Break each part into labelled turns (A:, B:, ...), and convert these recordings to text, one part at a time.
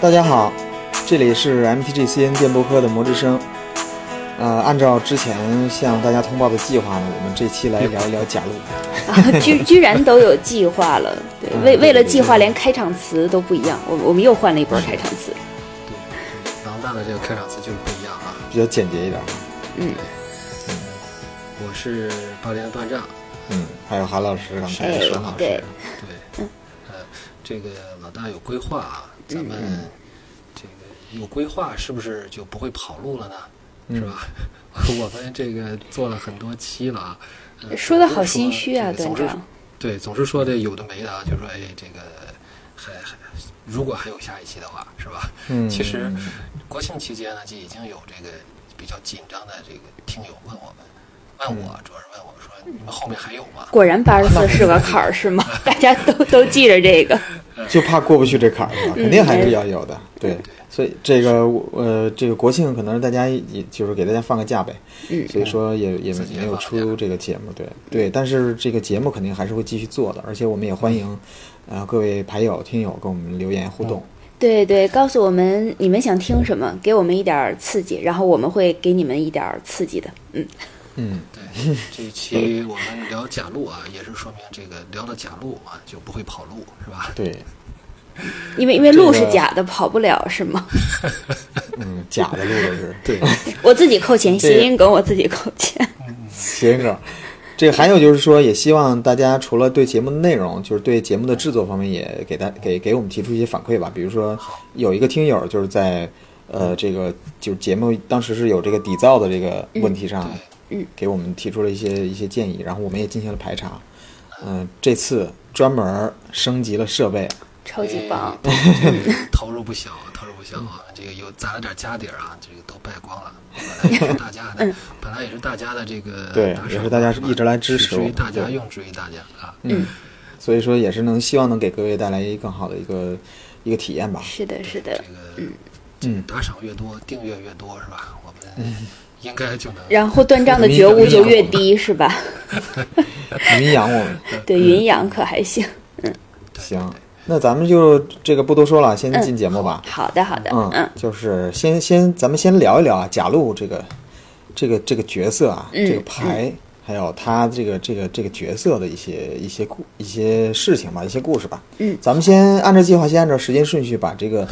A: 大家好，这里是 MTGCN 电波科的魔之声。呃，按照之前向大家通报的计划呢，我们这期来聊一聊 假路。
B: 啊，居居然都有计划了。对，
A: 嗯
B: 为
A: 对
B: 为了
A: 对
B: 计划，
A: 对
B: 连开场词都不一样。我我们又换了一波开场词。
C: 狼蛋的这个开场词就是不一样啊。
A: 比较简洁一点。
C: 我是八连的断账，
A: 嗯，还有韩老师刚才
C: 是
A: 说
C: 沈
A: 好
C: 老，师，
B: 对
C: 对，呃，这个老大有规划啊，咱们
B: 嗯
C: 这个有规划是不是就不会跑路了呢？是
B: 嗯
C: 吧？ 我们这个做了很多期了啊，呃
B: 说的好心虚啊，
C: 总是
B: 段长。
C: 对，总是说这有的没的啊，就说哎，这个还还如果还有下一期的话，是吧？
A: 嗯
C: 其实国庆期间呢，就已经有这个比较紧张的这个听友问我们，问
A: 嗯
C: 我啊主要是问我说，你们后面还有吗？
B: 果然八十四是个坎儿是吗？大家都都记着这个。
A: 就怕过不去这坎儿是吧？肯定还是要有的。对，所以这个我呃，这个国庆可能是大家也就是给大家放个假呗，
B: 嗯
A: 所以说也也
C: 自己也
A: 没有
C: 放个
A: 出
C: 假
A: 这个节目，对对，但是这个节目肯定还是会继续做的，而且我们也欢迎呃各位牌友听友跟我们留言互动，
B: 对对，告诉我们你们想听什么，给我们一点儿刺激，然后我们会给你们一点儿刺激的。嗯，
A: 嗯，
C: 对，这一期我们聊假路啊，也是说明这个聊了假路啊，就不会跑路，是吧？
A: 对，
B: 因为因为路是
A: 这个
B: 假的，跑不了是吗？
A: 嗯，假的录的是
C: 对，
B: 我自己扣钱，
A: 这个
B: 谐音梗我自己扣钱。
A: 谐音梗。这个还有就是说，也希望大家除了对节目的内容，就是对节目的制作方面也给大给给我们提出一些反馈吧。比如说，有一个听友就是在呃这个就是节目当时是有这个底噪的这个问题上，
B: 嗯，
A: 给我们提出了一些一些建议，然后我们也进行了排查。嗯、这次专门儿升级了设备，
B: 超级棒！
C: 嗯，投入不小，投入不小啊！
A: 嗯
C: 这个有攒了点家底儿啊，这个都败光了。本来也是大家
B: 嗯
C: 的，本来也是大家的这个
A: 对
C: 打赏啊
A: 也是大家
C: 是吧
A: 一直来支持我
C: 取之
A: 们
C: 于大家，
A: 对
C: 用之于大家啊。
B: 嗯，
A: 所以说也是能希望能给各位带来更好的一个一个体验吧。
B: 是的，是
C: 这
B: 的。
C: 个
A: 嗯
C: 这个打赏越多，订阅越多是吧？我们
A: 嗯
C: 应该就能
B: 然后断账的觉悟就越低是吧？
A: 云养我们。
B: 对，云阳可还行。
A: 行，那咱们就这个不多说了，先进节目吧。
B: 好的，好的，
A: 嗯，
B: 嗯，
A: 就是先先咱们先聊一聊啊，贾璐这个这个这个角色啊，
B: 嗯
A: 这个牌，还有他这个这个这个角色的一些一些故一些事情吧，一些故事吧。
B: 嗯，
A: 咱们先按照计划，先按照时间顺序把这个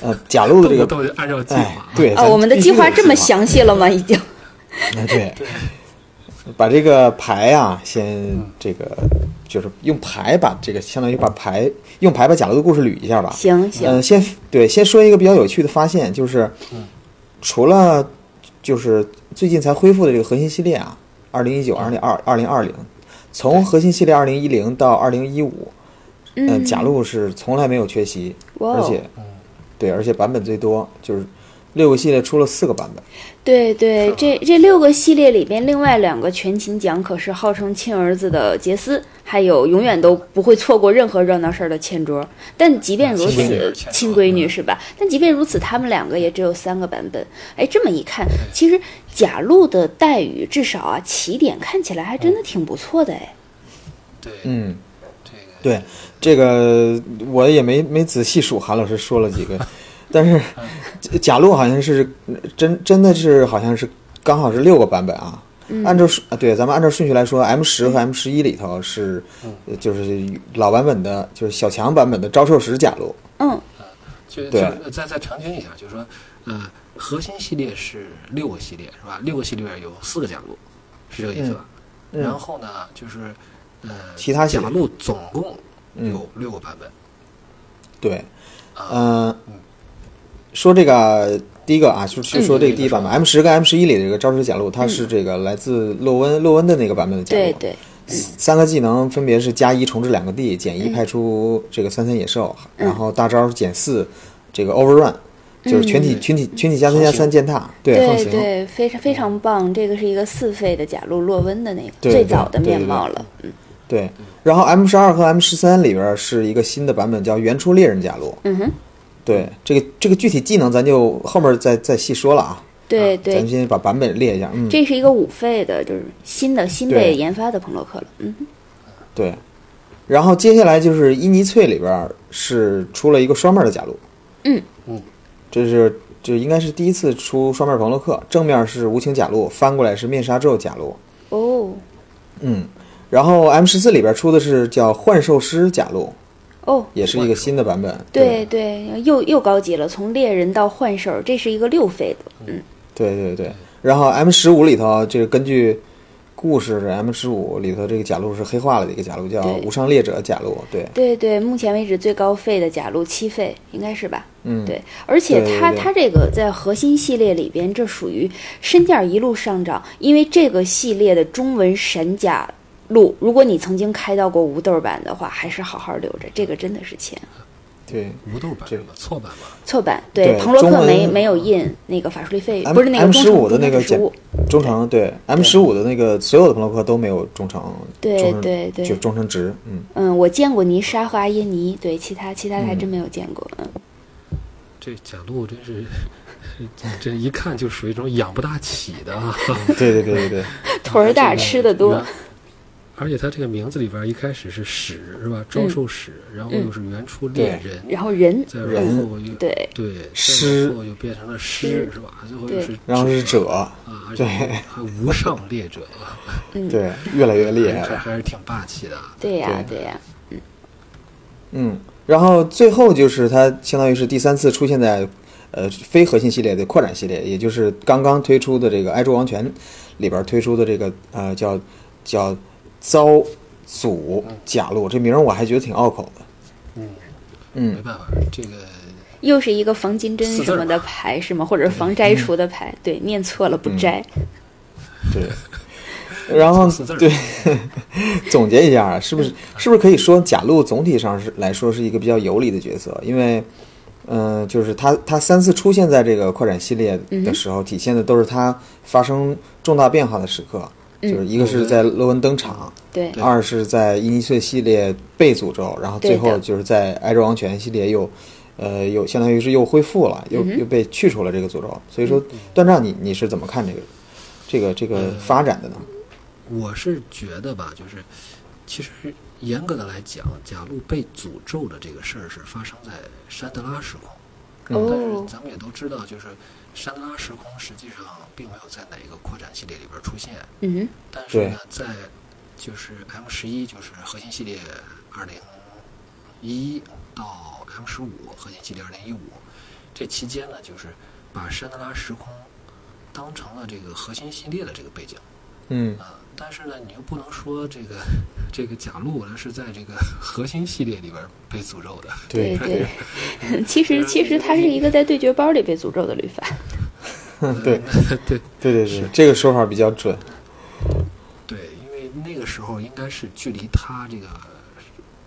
A: 呃贾璐的这
C: 哎动不
A: 个
C: 动就按照计划
A: 哎
C: 啊，
A: 对
B: 啊，我们的计划这么
A: 详。
B: 详细了吗？已经。
A: 哎，对，把这个牌啊，先这个就是用牌把这个，相当于把牌用牌把贾璐的故事捋一下吧。
B: 行行
A: 嗯、先对，先说一个比较有趣的发现，就是
B: 嗯
A: 除了就是最近才恢复的这个核心系列啊，二零一九、二零二、二零二零，从核心系列二零一零到二零一五，嗯，
B: 嗯，
A: 贾璐是从来没有缺席，
B: 哇哦
A: 而且对，而且版本最多，就是六个系列出了四个版本。
B: 对对，这这六个系列里边，另外两个全勤奖可是号称亲儿子的杰斯，还有永远都不会错过任何热闹事儿的千卓。但即便如
C: 亲闺
B: 此
C: 女，千
B: 亲
C: 卓
B: 闺女是吧？但即便如此，他们两个也只有三个版本。哎，这么一看，其实贾璐的待遇至少啊，起点看起来还真的挺不错的哎。
C: 对
A: 嗯，
C: 这个
A: 对，这个我也没没仔细数，韩老师说了几个，但是贾贾璐好像是真真的是好像是刚好是六个版本啊。按照顺啊，对，咱们按照顺序来说，M 十和 M 十一里头是，呃就是老版本的，就是小强版本的招兽石贾璐，
B: 嗯，
C: 就
A: 对
C: 就再再澄清一下，就是说，呃，核心系列是六个系列是吧？六个系列有四个甲路，是这个意思吧？
A: 嗯嗯
C: 然后呢，就是呃，
A: 其他系
C: 甲
A: 列嗯
C: 路总共有六个版本。
A: 对，
C: 啊
A: 嗯，说这个第一个啊，就就说这个第一版本 M 十跟 M 十一里的这个招兽石贾璐，它是这个来自洛温洛温的那个版本的贾啊
B: 对
A: 璐，
B: 对，
A: 三个技能分别是加一重置两个地，减
B: 嗯
A: 一派出这个三三野兽，然后大招减四这个 overrun，就是全体、群体群体加三加三践踏，对横
B: 嗯对
A: 行，
B: 对，非常非常棒，这个是一个四费的贾露洛温的那个
A: 对
B: 最
A: 对
B: 早的
A: 对
B: 面
A: 对
B: 貌
A: 对
B: 了。嗯
A: 对然后 M 十二和 M 十三里边是一个新的版本叫原初猎人加入，
B: 嗯哼，
A: 对这个这个具体技能咱就后面再再细说了啊，
B: 对
A: 咱们
B: 对，
A: 先把版本列一下，嗯，
B: 这是一个五费的，就是新的新
A: 对
B: 被研发的彭洛克了。嗯哼，
A: 对，然后接下来就是伊尼翠里边是出了一个双面的加入，
B: 嗯
C: 嗯，
A: 这是这应该是第一次出双面朋洛克，正面是无情甲路，翻过来是面纱咒甲路。
B: 哦
A: 嗯，然后 M 十四里边出的是叫幻兽师甲路，
B: 哦，
A: 也是一个新的版本。
B: 对对，又又高级了，从猎人到幻兽，这是一个六费的，嗯
A: 对对对，然后 M 十五里头，这个根据故事的 M 十五里头这个甲路是黑化了的一个甲路，叫
B: 对
A: 无上猎者甲路。对，
B: 对对，目前为止最高费的甲路七费应该是吧？
A: 嗯，
B: 对，而且
A: 对对
B: 它
A: 对
B: 它这个在核心系列里边，这属于身价一路上涨，因为这个系列的中文神甲路，如果你曾经开到过无豆版的话，还是好好留着，这个真的是钱。
A: 对。
C: 无豆版
A: 这
C: 吧，错版吧，
B: 错版
A: 对
B: 彭洛
A: 中
B: 克
A: 文嗯
B: 没没有印那个法术力费，
A: M-
B: 不是那个
A: M
B: 中
A: 十五
B: 诚
A: 的那个
B: 中诚
A: 简
B: 服务
A: 忠诚对 M 十五的那个所有的朋洛克都没有忠诚，
B: 对
A: 忠诚
B: 对对
A: 就忠诚值，嗯，
B: 嗯，我见过泥沙和阿耶尼，对，其他其他的还真没有见过，嗯，
C: 这甲路真是， 这一看就属于一种养不大起的啊。
A: 对对对对对，
B: 腿儿大吃的多
C: 原，而且他这个名字里边一开始是使是
A: 嗯
C: 吧？招兽使，然后又是原初猎人，
B: 然后人，
C: 再
A: 人
C: 往后又
B: 对
C: 对，再
A: 狮
C: 往后又变成了狮是吧？最后又
B: 对
C: 是
A: 然后是者，
C: 啊，而且还无上猎者，啊
B: 嗯
A: 对，越来越厉害
C: 还
A: 了，
C: 还是挺霸气的啊。
B: 对呀、
A: 对
B: 对呀、
A: 嗯，然后最后就是它相当于是第三次出现在呃非核心系列的扩展系列，也就是刚刚推出的这个《爱珠王权》里边推出的这个呃叫叫遭祖甲路，这名儿我还觉得挺拗口的，嗯
C: 没办法，这个
B: 又是一个防金针
C: 四字
B: 什
C: 儿
B: 么的
C: 吧
B: 牌是吗？或者防摘除的牌，对，念错了不摘，
A: 嗯对， 然后
C: 四字儿嗯
A: 对。总结一下啊，是不是是不是可以说贾露总体上是来说是一个比较有理的角色？因为，嗯、就是他他三次出现在这个扩展系列的时候，体现的都是他发生重大变化的时刻，就是一个是在
C: 嗯
A: 洛恩登场，
B: 对
A: 二是在伊尼翠系列被诅咒，然后最
B: 对
A: 后
B: 的
A: 就是在埃卓王权系列又。呃，又相当于是又恢复了，
B: 嗯
A: 又、又被去除了这个诅咒，所以说，段丈你你是怎么看这个，这个这个发展的呢？
C: 我是觉得吧，就是其实严格的来讲，贾露被诅咒的这个事儿是发生在山德拉时空。但是
B: 哦，
C: 咱们也都知道，就是山德拉时空实际上并没有在哪一个扩展系列里边出现。
B: 嗯，
C: 但是呢，在就是 M 十一，就是核心系列二零一到 M 十五核心系列二零一五这期间呢，就是把山德拉时空当成了这个核心系列的这个背景。
A: 嗯
C: 啊，但是呢，你又不能说这个 这个贾露呢是在这个核心系列里边被诅咒的，
B: 对对， 其实其实他是一个在对决包里被诅咒的律法，
A: 对
C: 对
A: 对对对，这个说法比较准。
C: 对，因为那个时候应该是距离他这个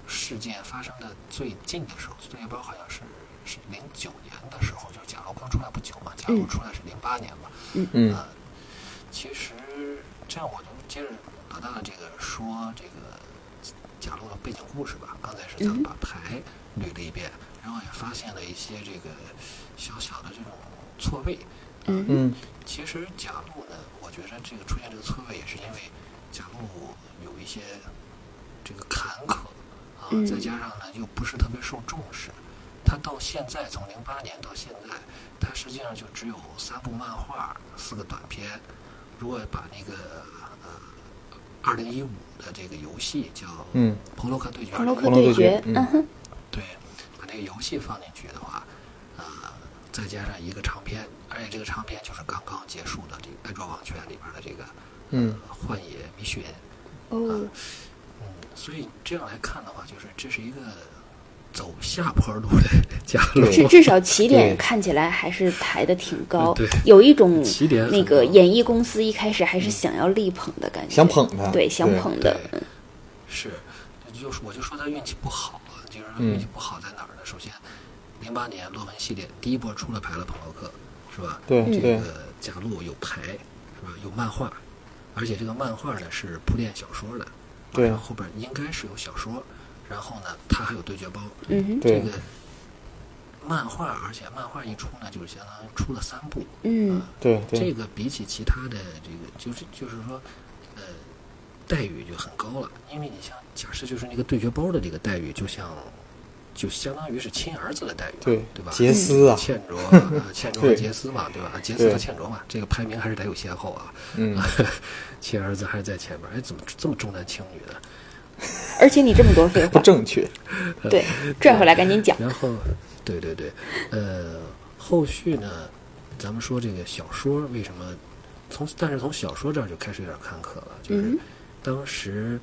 C: 事件发生的最近的时候，最近包好像是是零九年的时候，就贾露刚出来不久嘛，贾露出来是零八年吧，
A: 嗯
C: 啊，其实这样我就接着老大的这个说这个贾露的背景故事吧。刚才是咱们把牌捋了一遍，然后也发现了一些这个小小的这种错位。
A: 嗯
C: 其实贾露呢，我觉得这个出现这个错位也是因为贾露有一些这个坎坷啊，
B: 嗯
C: 再加上呢又不是特别受重视。他到现在从零八年到现在，他实际上就只有三部漫画、四个短片。如果把那个呃二零一五的这个游戏叫《
A: 嗯，
C: 彭洛克对决》，
B: 彭洛克
A: 彭洛克对
B: 决
A: 决，
B: 嗯哼，
C: 对，把这个游戏放进去的话，呃，再加上一个长篇，而且这个长篇就是刚刚结束的这个《安装网圈》里边的这个，
A: 嗯
C: 呃，幻野迷寻，
B: 哦，
C: 嗯，所以这样来看的话，就是这是一个走下坡路的 加路，
B: 至至少起点
A: 对嗯
B: 看起来还是抬得挺高
C: 对，
B: 有一种
C: 起点很
B: 那个
C: 高
B: 演艺公司一开始还是想要力捧的感觉，
A: 想捧他
B: 对，想
A: 对
B: 捧的，
C: 对是，就是我就说他运气不好啊，就是
A: 嗯
C: 他运气不好在哪儿呢？首先，零八年洛文系列第一波出了牌了，朋洛克是吧？
A: 对
B: 嗯
A: 对
C: 这个贾露有牌是吧？有漫画，而且这个漫画呢是铺垫小说的，
A: 对
C: 然后后边应该是有小说，然后呢它还有对决包，
B: 嗯哼，
A: 对
C: 这个漫画，而且漫画一出呢就是相当于出了三部，啊
B: 嗯
A: 对
C: 这
A: 对
C: 个比起其他的这个，就是就是说，呃，待遇就很高了。因为你像假设就是那个对决包的这个待遇，就像就相当于是亲儿子的待遇嘛，
A: 对
C: 对吧？
A: 杰斯啊，
C: 倩卓、 呃倩卓和
A: 对
C: 杰斯嘛，对吧？杰斯和
A: 对
C: 倩卓嘛，这个排名还是得有先后啊。
A: 嗯，
C: 亲儿子还是在前面，哎，怎么这么重男轻女呢？
B: 而且你这么多废
A: 不
B: 话，
A: 正确。
B: 对，拽回来赶紧讲。
C: 然后，对对对，呃，后续呢，咱们说这个小说为什么从，但是从小说这儿就开始有点坎坷了，就是当时，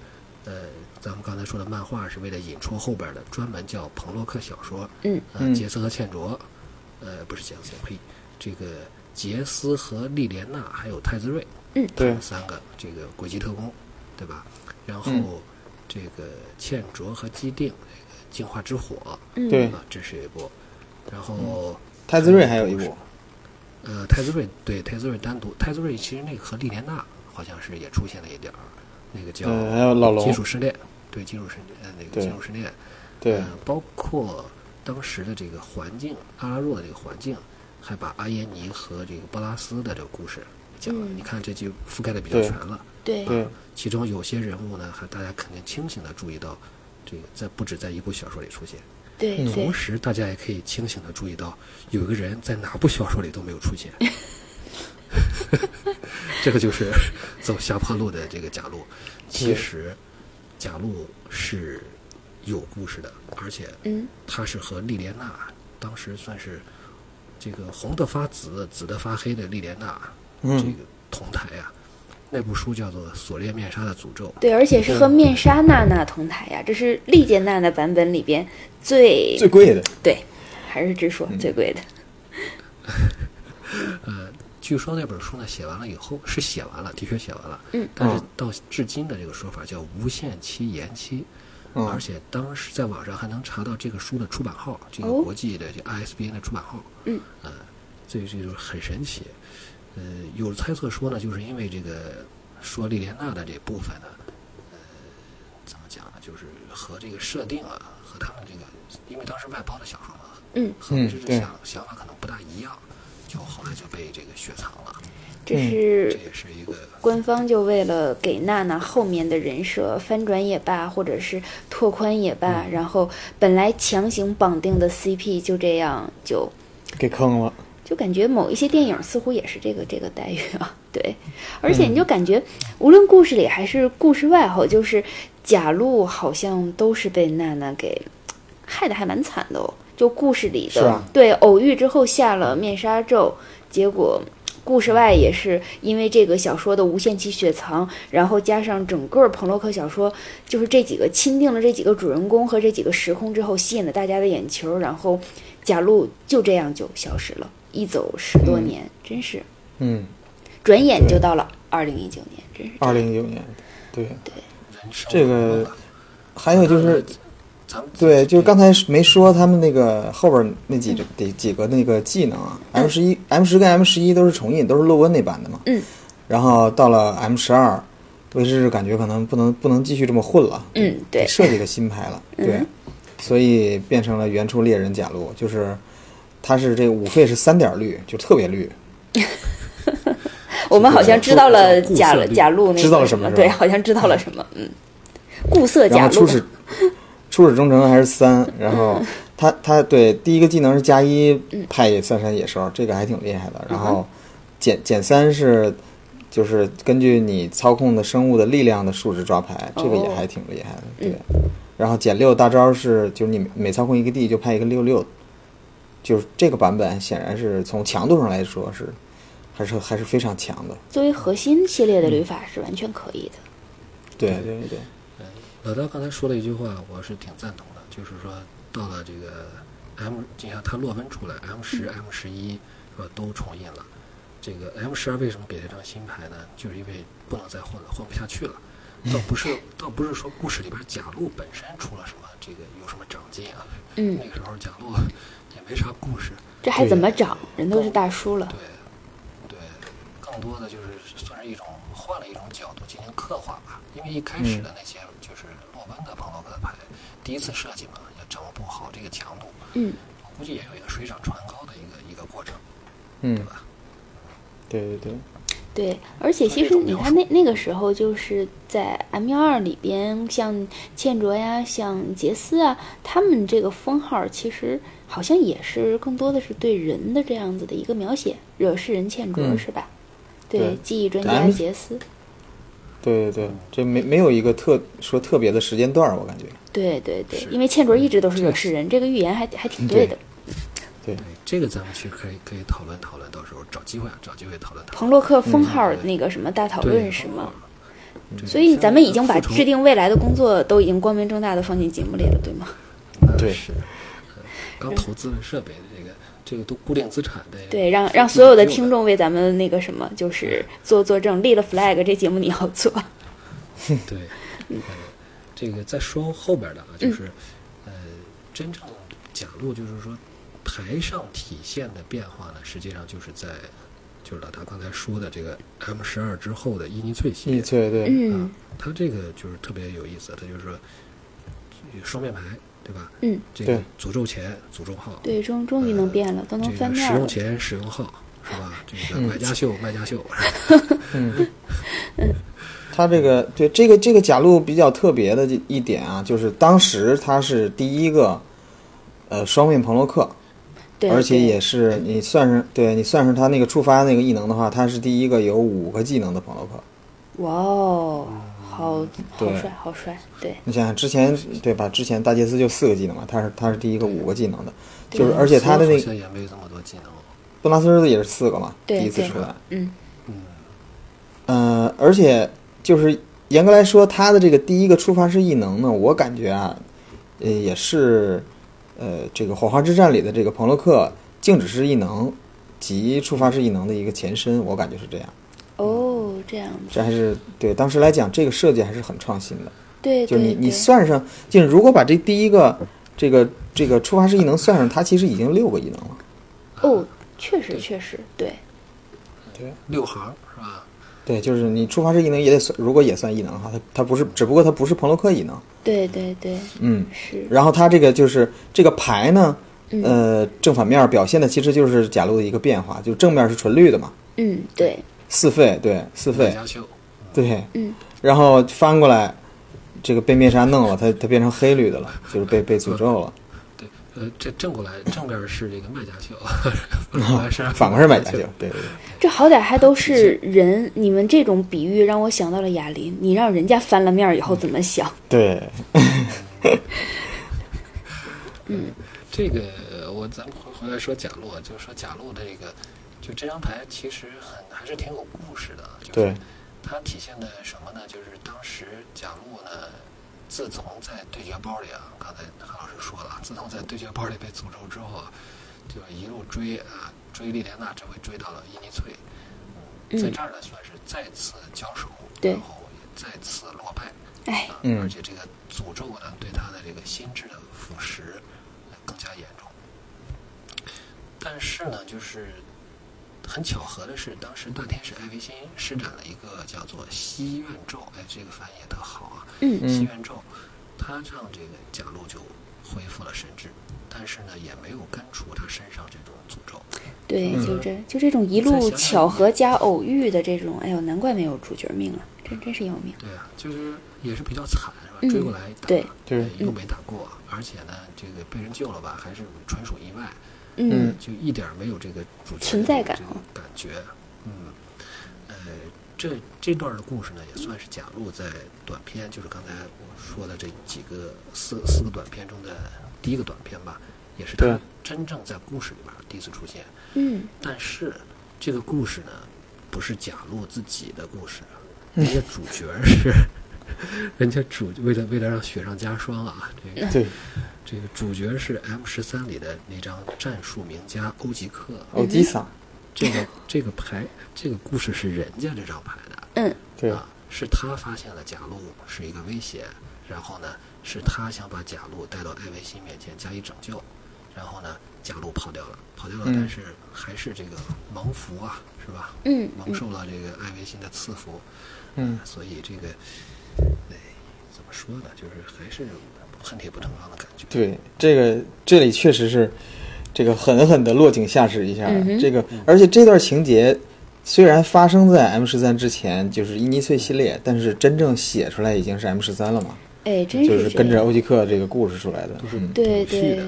C: 呃，咱们刚才说的漫画是为了引出后边的，专门叫彭洛克小说，
B: 嗯，
C: 呃，
A: 嗯
C: 杰斯和倩卓，呃，不是杰斯，呸，这个杰斯和莉莲娜还有太子睿，
A: 对，
C: 三个这个国际特工，对吧？然后、
A: 嗯
C: 这个倩卓和基定这个净化之火，
B: 嗯，
A: 对
C: 啊，这是一部。然后、
A: 太子睿还有一部，嗯
C: 呃，泰兹瑞对泰兹瑞单独，泰兹瑞其实那个和莉莲娜好像是也出现了一点儿，那个叫
A: 嗯，还有老
C: 金
A: 龙，
C: 属失恋，对金属失恋，呃那个
A: 对
C: 金属失恋，
A: 对
C: 呃，包括当时的这个环境，阿拉若的这个环境，还把阿耶尼和这个波拉斯的这个故事讲了。
B: 嗯
C: 你看这就覆盖的比较
A: 对
C: 全了。
B: 对
A: 对，
C: 其中有些人物呢，还大家肯定清醒的注意到，这个在不止在一部小说里出现，
B: 对
A: 嗯
B: 对
C: 同，时大家也可以清醒的注意到，有一个人在哪部小说里都没有出 现。这个就是走下坡路的这个贾路，其实贾路是有故事的，而且
B: 嗯
C: 他是和莉莲娜当时算是这个红的发紫，紫的发黑的莉莲娜、这
A: 嗯
C: 个同台啊。那部书叫做《锁链面纱的诅咒》，
B: 对，而且是
A: 嗯
B: 和面纱娜娜同台呀，这是利剑娜娜版本里边最
A: 最贵的，嗯
B: 对，还是直说最贵的。
C: 呃，据说那本书呢写完了以后是写完了，的确写完了，
B: 嗯
C: 但是到至今的这个说法叫无限期延期，而
A: 嗯
C: 且当时在网上还能查到这个书的出版号，这个
B: 哦
C: 国际的这 ISBN 的出版号，
B: 嗯，
C: 呃，所以这就是很神奇，呃，有猜测说呢，就是因为这个说莉莲娜的这部分呢，呃，怎么讲呢，就是和这个设定啊，和他们这个，因为当时外包的小说嘛，
B: 嗯
C: 和
A: 嗯
C: 这个
A: 对
C: 想想法可能不大一样，就后来就被这个雪藏了。
B: 这
A: 嗯
B: 是
C: 这也是一个
B: 官方就为了给娜娜后面的人设翻转也罢，或者是拓宽也
A: 嗯
B: 罢，然后本来强行绑定的 CP 就这样就
A: 给坑了，
B: 就感觉某一些电影似乎也是这个这个待遇啊，对，
A: 嗯
B: 而且你就感觉、无论故事里还是故事外后，就是贾露好像都是被娜娜给害得还蛮惨的哦。就故事里
A: 是
B: 的、
A: 啊
B: 对偶遇之后下了面纱咒，结果故事外也是因为这个小说的无限期雪藏，然后加上整个彭洛克小说，就是这几个钦定了这几个主人公和这几个时空之后，吸引了大家的眼球，然后贾露就这样就消失了，一走十多年，真是
A: 嗯，
B: 转眼就到了二零一九年，真是
A: 二零一九年，对，
C: 人生
A: 这个
C: 吧
A: 还有就是。
C: 咱们
A: 对，就是刚才没说他们那个后边那几
B: 嗯
A: 得几个那个技能啊，M 十一、M 十跟 M 十一都是重印，都是洛温那版的嘛。
B: 嗯。
A: 然后到了 M 十二，威士感觉可能不能不能继续这么混了，
B: 嗯对嗯
A: 得设计个新牌了，对，所以变成了原初猎人甲路，就是它是这个五费是三点绿，就特别绿，
B: 我们好像知道了
C: 这个
B: 贾
C: 固色律
B: 贾露那个
A: 知道了什么是吧
B: 对，好像知道了什么，嗯，固色
A: 然
B: 贾
A: 后初，
B: 露
A: 始初始忠诚还是三，然 后他他对第一个技能是加一派野三山野兽，这个还挺厉害的。然后减减三是就是根据你操控的生物的力量的数值抓牌，这个也还挺厉害的。对，然后减六大招是就是你每操控一个地就派一个六六，就是这个版本显然是从强度上来说是还是还是非常强的。
B: 作为核心系
A: 嗯
B: 列的旅法是完全可以的，
A: 对对对，
C: 老大刚才说了一句话，我是挺赞同的，就是说到了这个 M，你看它洛温出来 M 十、M 十一是吧都重印了，这个 M 十二为什么给这张新牌呢？就是因为不能再混了，混不下去了。倒不是，倒不是说故事里边贾露本身出了什么，这个有什么长进啊？
B: 嗯
C: 那个时候贾露也没啥故事，
B: 这还
A: 对
B: 怎么长？人都是大叔了，
C: 对，对，更多的就是算是一种换了一种角度进行刻画吧。因为一开
A: 嗯
C: 始的那些就是洛温的朋洛克的牌，第一次设计嘛，要掌握不好这个强度，
B: 嗯，
C: 我估计也有一个水涨船高的一个一个过程，
A: 嗯
C: 对，吧？
A: 对对对。
B: 对，而且其实你看那那个时候就是在 M 幺二里边，像倩卓呀、像杰斯啊，他们这个封号其实好像也是更多的是对人的这样子的一个描写，惹事人倩卓、
A: 嗯
B: 是吧？
A: 对
B: 记忆专
A: 咱
B: 家
A: 们
B: 杰斯，
A: 对对对，这没没有一个特说特别的时间段儿，我感觉。
B: 对对对
C: 是，嗯
B: 因为倩卓一直都是
C: 这
B: 惹
C: 个嗯
B: 事人，这个预言还还挺
A: 对
B: 对
A: 对
B: 的。嗯
C: 对，这个咱们去可以可以讨论讨论，到时候找机会啊，找机会讨论讨论。
B: 彭洛克封号那个什么大讨
C: 嗯
B: 论
C: 对，嗯
B: 是吗？
C: 对？
B: 所以咱们已经把
C: 复仇
B: 制定未来的工作都已经光明正大的放进节目里了，对吗？
A: 对
C: 是，呃刚投资的设备，这个这个都固定资产的。
B: 对，让让所有的听众为咱们那个什么，就是
A: 嗯
B: 做作证，立了 flag，这节目你要做。
C: 对，呃这个再说后边的啊，
B: 嗯
C: 就是呃，真正假如就是说台上体现的变化呢，实际上就是在就是老大刚才说的这个 M 十二之后的伊尼翠系
A: 对
C: 列，啊
A: 对对，
B: 嗯
C: 它这个就是特别有意思，它就是说双面牌，对吧？
B: 嗯，
C: 这个
A: 对
C: 诅咒前、诅咒后，
B: 对，终终于能变了，都能
C: 这
B: 翻
C: 个
B: 面
C: 使
B: 了
C: 用。前、使用后，是吧？这个买家秀、卖家秀，是吧？
A: 嗯，他这个对这个这个假路比较特别的一点啊，就是当时他是第一个，呃，双面彭洛克，
B: 对，
A: 而且
B: 对
A: 也是你算是对你算是他那个触发那个异能的话，他是第一个有五个技能的彭洛克。
B: 哇哦，好好
A: 嗯对
B: 帅，好帅，对
A: 你想想之前对吧？之前大杰斯就四个技能嘛，他是他是第一个五个技能的，就是而且他的那
C: 好
A: 个
C: 像也没有这么多技能。
A: 布拉斯儿子也是四个嘛，第
B: 对
A: 一次
B: 对
A: 出来。
B: 嗯，
A: 嗯，而且就是严格来说，他的这个第一个触发式异能呢，我感觉啊，呃，也是呃这个火花之战里的这个彭洛克静止式异能及触发式异能的一个前身，我感觉是这样。
B: 哦，这样子，
A: 这还是对当时来讲，这个设计还是很创新的。
B: 对
A: 就是你
B: 对
A: 你
B: 对，
A: 算上，就是如果把这第一个这个这个触发式异能算上，它其实已经六个异能了。
B: 哦，确实确实，对
A: 对
C: 六行是吧？
A: 对，就是你触发式异能也得算，如果也算异能哈，它它不是，只不过它不是彭洛克异能，
B: 对对对，
A: 嗯。
B: 是，
A: 然后它这个就是这个牌呢，
B: 嗯
A: 呃，正反面表现的其实就是甲路的一个变化，就正面是纯绿的嘛，
B: 嗯，对，
A: 四费对四费
C: 卖家秀，
A: 对，
B: 嗯，
A: 然后翻过来，这个被面纱弄了，它它变成黑绿的了，就是被被诅咒了。
C: 对，呃，这正过来正面是这个卖家 秀，反过来是
A: 哦反过来买家秀，对对对。
B: 这好歹还都
A: 嗯
B: 是人，你们这种比喻让我想到了哑铃，你让人家翻了面儿以
A: 嗯
B: 后怎么想？
A: 对，
C: 这个呃我咱们回回来说贾洛，就是说贾洛这个，就这张牌其实很还是挺有故事的，啊就是
A: 对
C: 它体现的什么呢？就是当时贾洛呢，自从在对决包里啊，刚才韩老师说了，啊自从在对决包里被诅咒之后啊，就一路追啊追莉莲娜，这回追到了伊尼翠，嗯在
B: 嗯
C: 这儿呢算是再次交手，
B: 对
C: 然后也再次落败。
B: 哎，
C: 啊
A: 嗯
C: 而且这个诅咒呢，对他的这个心智的腐蚀呃更加严重。但是呢，就是很巧合的是，当时大天使艾维辛施展了一个叫做西愿咒，哎，这个翻译也特好啊，
B: 嗯
A: 嗯
C: 西愿咒，他让这个贾路就恢复了神智，但是呢，也没有根除他身上这种诅咒。
B: 对，
A: 嗯
B: 就这就这种一
C: 再
B: 路
C: 想想
B: 巧合加偶遇的这种，哎呦，难怪没有主角命啊，真真是要命。
C: 对啊，就是也是比较惨，是吧？
B: 嗯
C: 追过来打，
B: 对嗯
A: 对
C: 一个没打过，而且呢，这个被人救了吧，还是纯属意外，
B: 嗯，
C: 就一点儿没有这个主角的
B: 存在感哦
C: 这个感觉。嗯，呃，这这段的故事呢，也算是贾路在短片，就是刚才我说的这几个四四个短片中的第一个短片吧，也是他
A: 对
C: 真正在故事里边儿第一次出现。
B: 嗯，
C: 但是这个故事呢，不是贾路自己的故事，人家主角是， 人家主为了为了让雪上加霜啊，这个
A: 对，
C: 这个主角是 M 十三里的那张战术名家欧吉克，
A: 欧吉桑，
C: 这个这个牌这个故事是人家这张牌的，
B: 嗯，
A: 对
C: 啊，是他发现了贾路是一个威胁，然后呢，是他想把贾路带到艾维辛面前加以拯救，然后呢，贾路跑掉了，跑掉了，
A: 嗯
C: 但是还是这个蒙福啊，是吧？
B: 嗯
C: 蒙受了这个艾维辛的赐福，啊
A: 嗯，
C: 所以这个，哎，怎么说呢？就是还是恨铁不成钢的感觉。
A: 对，这个这里确实是这个狠狠的落井下石一下
B: 嗯哼，
A: 这个而且这段情节虽然发生在 M 十三之前就是伊尼翠系列，但是真正写出来已经是 M 十三了嘛，
B: 哎，真
A: 就是
B: 这
A: 跟着
B: 样。
A: 欧吉克这个故事出来的。嗯
B: 对
C: 有趣
B: 对
C: 的，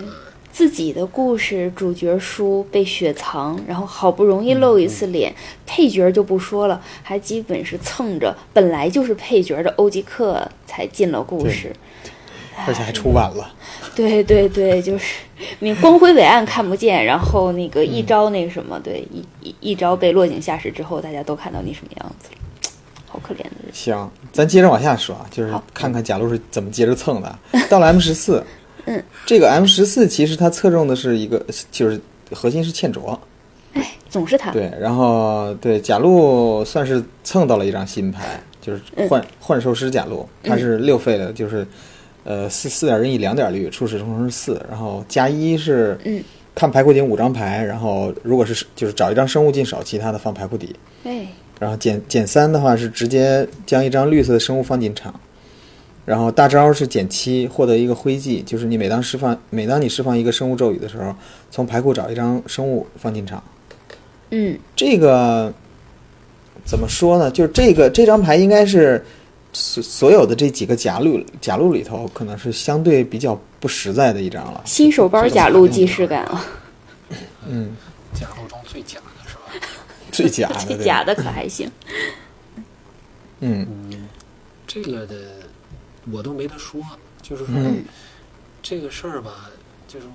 B: 自己的故事，主角书被雪藏，然后好不容易
A: 嗯
B: 露一次脸，配角就不说了，还基本是蹭着本来就是配角的欧吉克才进了故
A: 对
B: 事。
A: 而且还出晚了，
B: 对对对，就是你光辉伟岸看不见，然后那个一招那个什么，对一一一招被落井下石之后，大家都看到你什么样子了，好可怜的人。
A: 行，咱接着往下说啊，就是
B: 好
A: 看看贾璐是怎么接着蹭的。到了 M 十四，嗯，这个 M 十四其实它侧重的是一个，就是核心是倩卓，
B: 哎，总是他，
A: 对，然后对贾璐算是蹭到了一张新牌，就是幻幻兽师贾璐，他是六费的，就是呃四四点任意两点绿，初始冲是四，然后加一是
B: 嗯
A: 看牌库顶五张牌，然后如果是就是找一张生物进手，其他的放牌库底，
B: 哎，
A: 然后减减三的话是直接将一张绿色的生物放进场，然后大招是减七，获得一个徽记，就是你每当释放每当你释放一个生物咒语的时候，从牌库找一张生物放进场。
B: 嗯，
A: 这个怎么说呢？就是这个这张牌应该是所所有的这几个甲路甲路里头，可能是相对比较不实在的一张了。
B: 新手班贾露既视感啊，
C: 假路中最假的是吧？
A: 最假 的，
B: 这
A: 对
B: 假的可还行。
A: 嗯，
C: 这个的我都没得说，就是说、
A: 嗯
C: 这个事儿吧，就是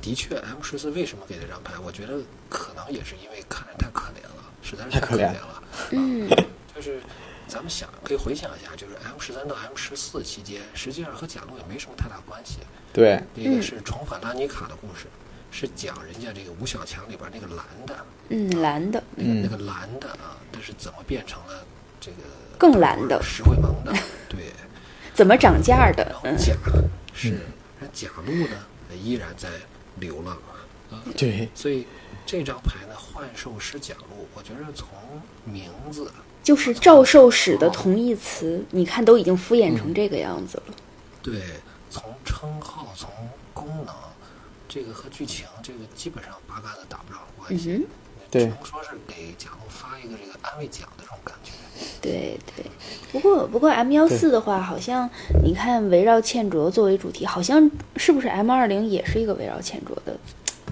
C: 的确 M 十四为什么给这张牌，我觉得可能也是因为看着太可怜了，实在是
A: 太
C: 太
A: 可
C: 可
A: 怜
C: 怜
A: 了
C: 了。啊
B: 嗯，
C: 就是咱们想可以回想一下，就是 M 十三到 M 十四期间，实际上和假路也没什么太大关系。
A: 对，
C: 一
B: 嗯
C: 个是重返拉尼卡的故事，是讲人家这个吴小强里边那个蓝的，
B: 嗯，蓝的，
A: 嗯
C: 那个蓝的啊，那是怎么变成了这个
B: 更蓝的
C: 石灰萌 的？对，
B: 怎么涨价的
C: 然？后
B: 嗯，
C: 甲是，那甲路呢依然在流浪啊，
A: 对，
C: 所以这张牌呢，幻兽师甲路，我觉得从名字
B: 就是赵兽史的同义词，你看都已经敷衍
A: 嗯
B: 成这个样子了。
C: 对，从称号从功能，这个和剧情这个基本上八竿子打不上关
B: 嗯
C: 系。
B: 哼，
A: 对
C: 只能说是给甲路发一个这个安慰奖的这种感觉。
B: 对对，不过不过 M 幺四的话，好像你看围绕倩卓作为主题，好像是不是 M 二零也是一个围绕倩卓的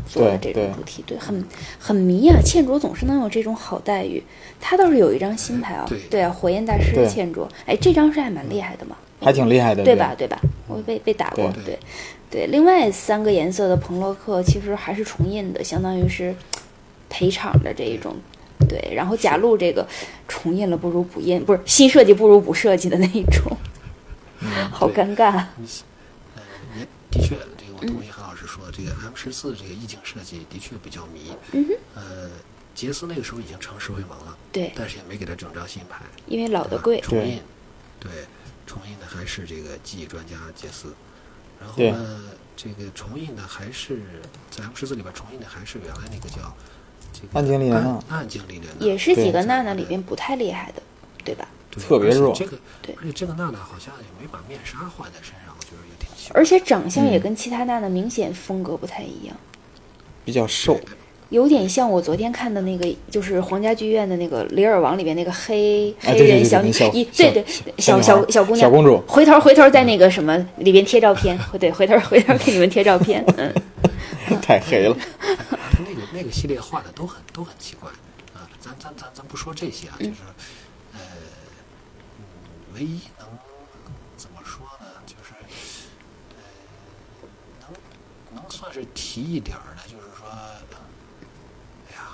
B: 做的
A: 对
B: 这
A: 对
B: 种主题？对，很很迷啊！倩卓总是能有这种好待遇，他倒是有一张新牌啊
C: 对，
B: 对啊，火焰大师
A: 对
B: 倩卓，哎，这张是还蛮厉害的嘛，
A: 还挺厉害的，
B: 对吧？？对吧？我被被打过，对对。另外三个颜色的彭洛克其实还是重印的，相当于是赔偿的这一种。对，然后贾露这个重印了不如不印，不是新设计不如不设计的那一种，好
C: 对
B: 尴尬。
C: 呃，也的确，这个我同意韩老师说，这个 M 十四这个意境设计的确比较迷。嗯呃，杰斯那个时候已经成石灰盟了，
B: 对，
C: 但是也没给他整张新牌，
B: 因为老
C: 对
B: 的
C: 吧
B: 贵，
C: 重
A: 对
C: 印，对，重印的还是这个记忆专家杰斯。然后
A: 对
C: 呢，这个重印的还是在 M 十四里边重印的还是原来那个叫这个
A: 暗精灵啊
C: 暗暗精灵的，
B: 也是
A: 对
B: 几个娜娜里边不太厉害的，对吧？
C: 对
A: 特别
C: 而且
A: 弱
C: 这个
B: 对
C: 而且这个娜娜好像也没把面纱换在身上，我觉得也挺奇怪。
B: 而且长相也跟其他娜娜明显风格不太一样，
A: 比较瘦，
B: 有点像我昨天看的那个，就是皇家剧院的那个《李尔王》里边那个黑
A: 啊
B: 黑
A: 对对
B: 人
A: 对
B: 小
A: 对
B: 女，
A: 小
B: 一
A: 小
B: 对对
A: 小
B: 小
A: 小女孩
B: 小小姑
A: 小
B: 娘
A: 公主
B: 回头回头在那个什么里边贴 照片，对，回头回头给你们贴照片，嗯，
A: 太黑了。
C: 他那个那个系列画的都很都很奇怪啊，咱咱咱咱不说这些啊，就是呃，嗯，唯一能怎么说呢，就是呃，能能算是提一点儿的，就是说，哎呀，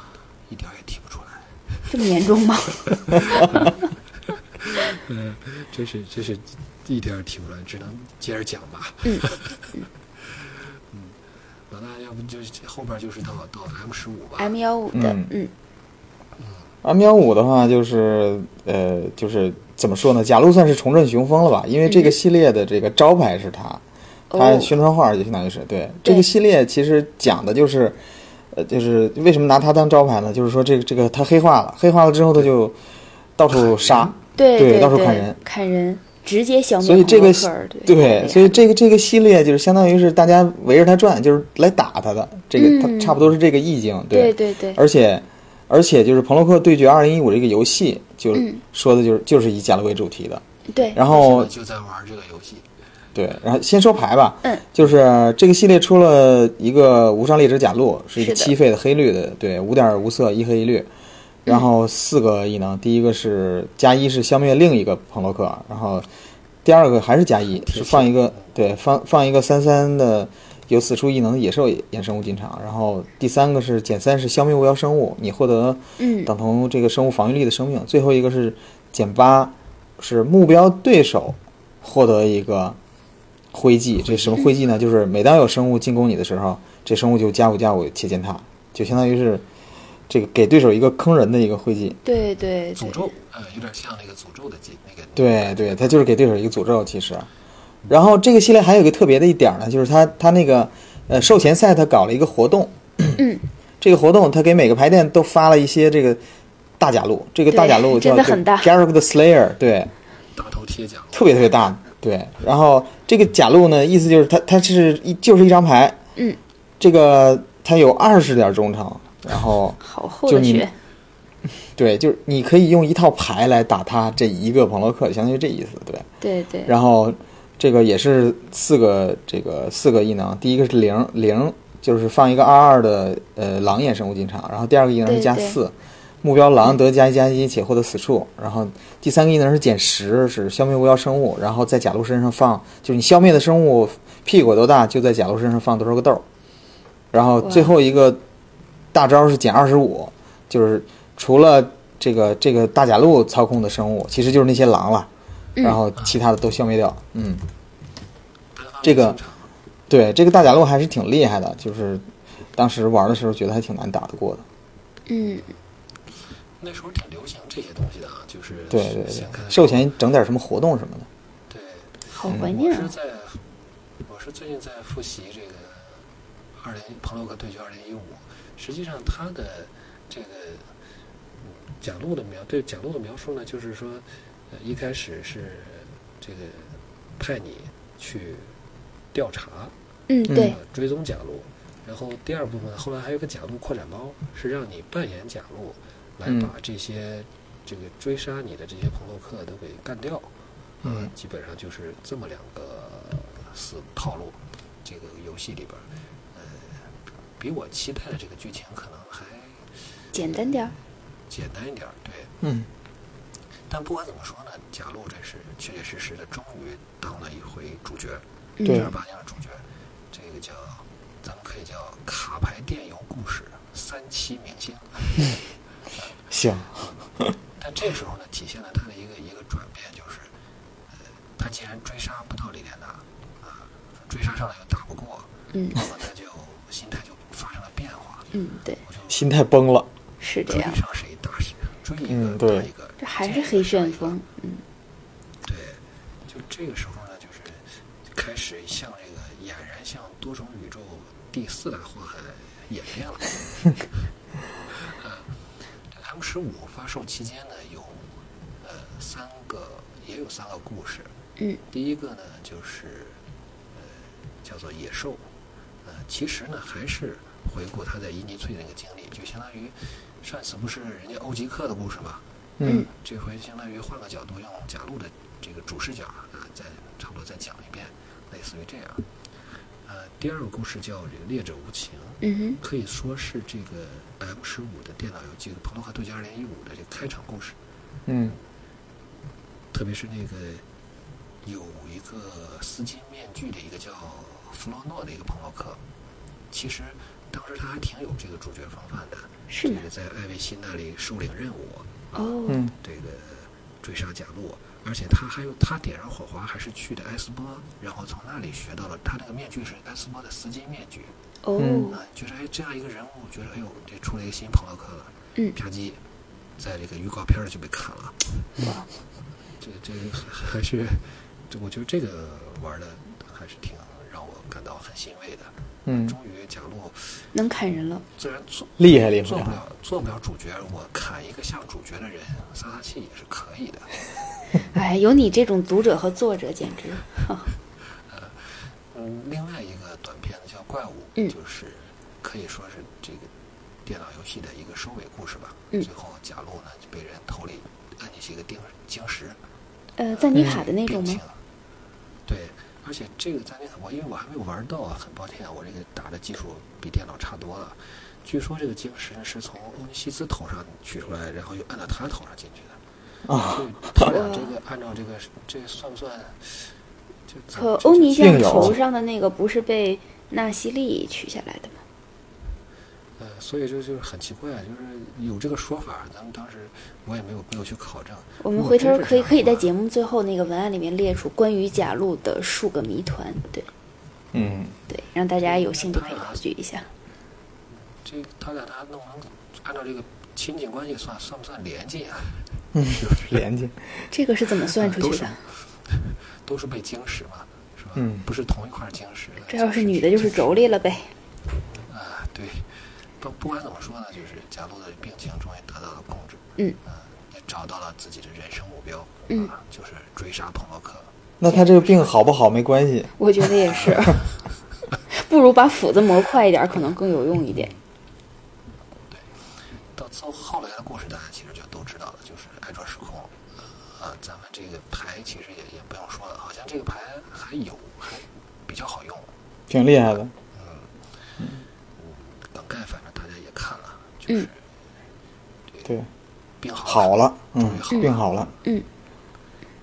C: 一点儿也提不出来。
B: 这么严重吗？
C: 嗯，真是真是一点儿提不出来，只能接着讲吧。
B: 嗯
C: 嗯老大，要不就是后边就是到到 M 十五吧。
B: M 幺五的
A: 嗯，
B: 嗯，
A: M 幺五的话，就是呃，就是怎么说呢？假如算是重振雄风了吧，因为这个系列的这个招牌是它，
B: 哦
A: 它宣传画就相当于是对这个系列，其实讲的就是，呃，就是为什么拿它当招牌呢？就是说这个这个它黑化了，黑化了之后它就到处杀，
B: 对
A: 对
B: 对
A: 到时候砍人
B: 砍人，直接消灭
A: 所以这个
B: 朋克尔对
A: 对，所以这个这个系列就是相当于是大家围着它转，就是来打它的，这个它
B: 嗯
A: 差不多是这个意境，
B: 对对对，
A: 而且而且就是《彭洛克对决二零一五》这个游戏，就说的就是就是以贾乐为主题的。
B: 嗯对，
A: 然后
C: 我就在玩这个游戏。
A: 对，然后先说牌吧。
B: 嗯，
A: 就是这个系列出了一个无伤列者甲路，是一个
B: 是的嗯
A: 七费的黑绿的，对，五点无色一黑一绿，然后四个异能，第一个是加一是消灭另一个彭洛克，然后第二个还是加一，
C: 铁
A: 是
C: 血
A: 放一个对放放一个三三的由此处异能的野兽衍生物进场，然后第三个是减三是消灭无妖生物，你获得
B: 嗯
A: 等同这个生物防御力的生命，最后一个是减八是目标对手获得一个徽记，这什么徽记呢？就是每当有生物进攻你的时候，这生物就加五加五切践踏，就相当于是这个给对手一个坑人的一个徽记。
B: 对对
C: 诅
B: 对，
C: 咒，呃，有点像那个诅咒的技那个。
A: 对对，它就是给对手一个诅咒，其实。然后这个系列还有一个特别的一点呢，就是它它那个呃售前赛它搞了一个活动，
B: 嗯，
A: 这个活动它给每个牌店都发了一些这个大假鹿，这个大假鹿
B: 对
A: 叫
B: 真的很大
A: g a r r the Slayer，对，
C: 大头贴奖，
A: 特别特别大，对。然后这个假鹿呢，意思就是它它是一就是一张牌，
B: 嗯，
A: 这个它有二十点忠诚，然后
B: 好厚
A: 就
B: 的
A: 你
B: 血，
A: 对，就是你可以用一套牌来打它这一个朋洛克，相当于这意思，对。
B: 对对，
A: 然后这个也是四个这个四个异能，第一个是零零，就是放一个二二的呃狼眼生物进场，然后第二个异能是
B: 对
A: 加
B: 对
A: 四，目标狼得加一加一且获得死处，然后第三个异能是减十，是消灭无妖生物，然后在甲鹿身上放，就是你消灭的生物屁股有多大，就在甲鹿身上放多少个豆儿，然后
B: 哇
A: 最后一个大招是减二十五，就是除了。这个这个大甲鹿操控的生物，其实就是那些狼了，
B: 嗯
A: 然后其他的都消灭掉。嗯，
C: 单发
A: 这个
C: 进场
A: 对，这个大甲鹿还是挺厉害的，就是当时玩的时候觉得还挺难打得过的。
B: 嗯，
C: 那时候挺流行这些东西的啊，就是
A: 对对对
C: 先看，
A: 售前整点什么活动什么的。
C: 对，
B: 好
A: 嗯
B: 怀
C: 我
B: 念
C: 是
B: 啊，
C: 在，我是最近在复习这个二零彭洛克对决二零一五。实际上，他的这个嗯贾璐的描对贾璐的描述呢，就是说，呃，一开始是这个派你去调查，
B: 嗯
A: 嗯
B: 对
C: 呃，追踪贾璐，然后第二部分后来还有个贾璐扩展包，是让你扮演贾璐，来
A: 嗯
C: 把这些、这个追杀你的这些朋洛克都给干掉。
A: 嗯
C: 呃基本上就是这么两个思套路，这个游戏里边儿，呃，比我期待的这个剧情可能还
B: 简单点儿，
C: 简单一点儿，对。
A: 嗯，
C: 但不管怎么说呢，贾璐这是确确实实的，终于当了一回主角。
B: 嗯
A: 对
C: 正儿八经的主角，这个叫咱们可以叫卡牌电游故事三期明星。
A: 行，
C: 但这时候呢，体现了他的一个一个转变，就是，呃，他既然追杀不到李莲娜，啊，追杀上来又打不过，
B: 嗯
C: 那么他就心态就发生了变化，
B: 嗯对，
C: 我就
A: 心态崩了。
B: 是这
C: 追
B: 样，
C: 上谁打谁，追一个
A: 嗯
C: 打
A: 对
C: 一个，
B: 这还是黑旋风，嗯
C: 对，就这个时候呢，就是开始向这个俨然向多重宇宙第四大祸害演变了。呃，M 十五发售期间呢，有呃三个，也有三个故事。
B: 嗯
C: 第一个呢，就是呃叫做野兽，呃，其实呢还是回顾他在伊尼翠那个经历，就相当于上一次不是人家欧吉克的故事嘛，
A: 嗯
C: 这回相当于换个角度，用贾璐的这个主视角啊，再差不多再讲一遍，类似于这样。呃，第二个故事叫《这个猎者无情》，
B: 嗯哼
C: 可以说是这个 M 十五的电脑游戏《彭洛克对决2015》的这个开场故事，
A: 嗯
C: 特别是那个有一个丝巾面具的一个叫弗洛诺的一个朋洛克，其实当时他还挺有这个主角风范的，
B: 是
C: 这
B: 吗
C: 个在艾维西那里首领任务，
B: 哦
A: 嗯
C: 这个追杀贾洛，而且他还有他点燃火花还是去的埃斯波，然后从那里学到了他那个面具是埃斯波的丝巾面具，
A: 嗯
B: 哦
C: 啊、觉得哎这样一个人物，觉得哎呦这出了一个新朋洛克了，
B: 嗯
C: 啪叽，在这个预告片儿就被砍了，
B: 哇
C: 这这个还还是，这我觉得这个玩的还是挺让我感到很欣慰的，
A: 嗯，
C: 终于贾洛
B: 能砍人了，
C: 虽然做
A: 厉害厉
C: 做不
A: 害。
C: 了做不了主角，我砍一个像主角的人撒撒气也是可以的。
B: 哎有你这种读者和作者简直，哈
C: 嗯，另外一个短片呢叫《怪物》，
B: 嗯
C: 就是可以说是这个电脑游戏的一个收尾故事吧。
B: 嗯
C: 最后贾路呢就被人头里按进去一个定晶石，
B: 呃，赞尼卡的那种
C: 病情？
B: 吗
C: 对，而且这个在那我因为我还没有玩到啊，很抱歉啊，我这个打的技术比电脑差多了。据说这个晶石是从欧尼西斯头上取出来，然后又按到他头上进去的。
A: 啊，
C: 所以他俩这
B: 哦
C: 个按照这个这个算不算？就怎
B: 可
C: 么
B: 欧尼酱
A: 硬有
B: 头上的那个不是被纳西利取下来的吗？
C: 呃，所以这就是很奇怪，啊就是有这个说法，咱们当时我也没有没有去考证。
B: 我们回头可以可以在
C: 目。
B: 节目最后那个文案里面列出关于贾路的数个谜团，对
A: 嗯，
B: 对，让大家有兴趣可以考据一下。
C: 这个他俩他弄成按照这个亲近关系算算不算联系啊？
A: 连接，
B: 这啊个是怎么算出
C: 都
B: 去
C: 是
B: 的？
C: 都是被晶石嘛，是吧？
A: 嗯
C: 不是同一块晶石的。
B: 这要是女的，就是妯娌了呗。
C: 啊，对。不不管怎么说呢，就是贾璐的病情终于得到了控制。
B: 嗯
C: 啊也找到了自己的人生目标。
B: 嗯
C: 啊，就是追杀彭洛克。
A: 那他这个病好不好没关系，
B: 我觉得 也是，不如把斧子磨快一点，可能更有用一点。
C: 到最后后来的故事，大家其实就都知道了，就是爱转时空。啊，咱们这个牌其实也也不用说了，好像这个牌还有，还比较好用。
A: 挺厉害的。嗯
C: 梗概反正大家也看了，就是
A: 对，
C: 病好
A: 好了，嗯
C: 终于，好了
A: 病好了。
B: 嗯，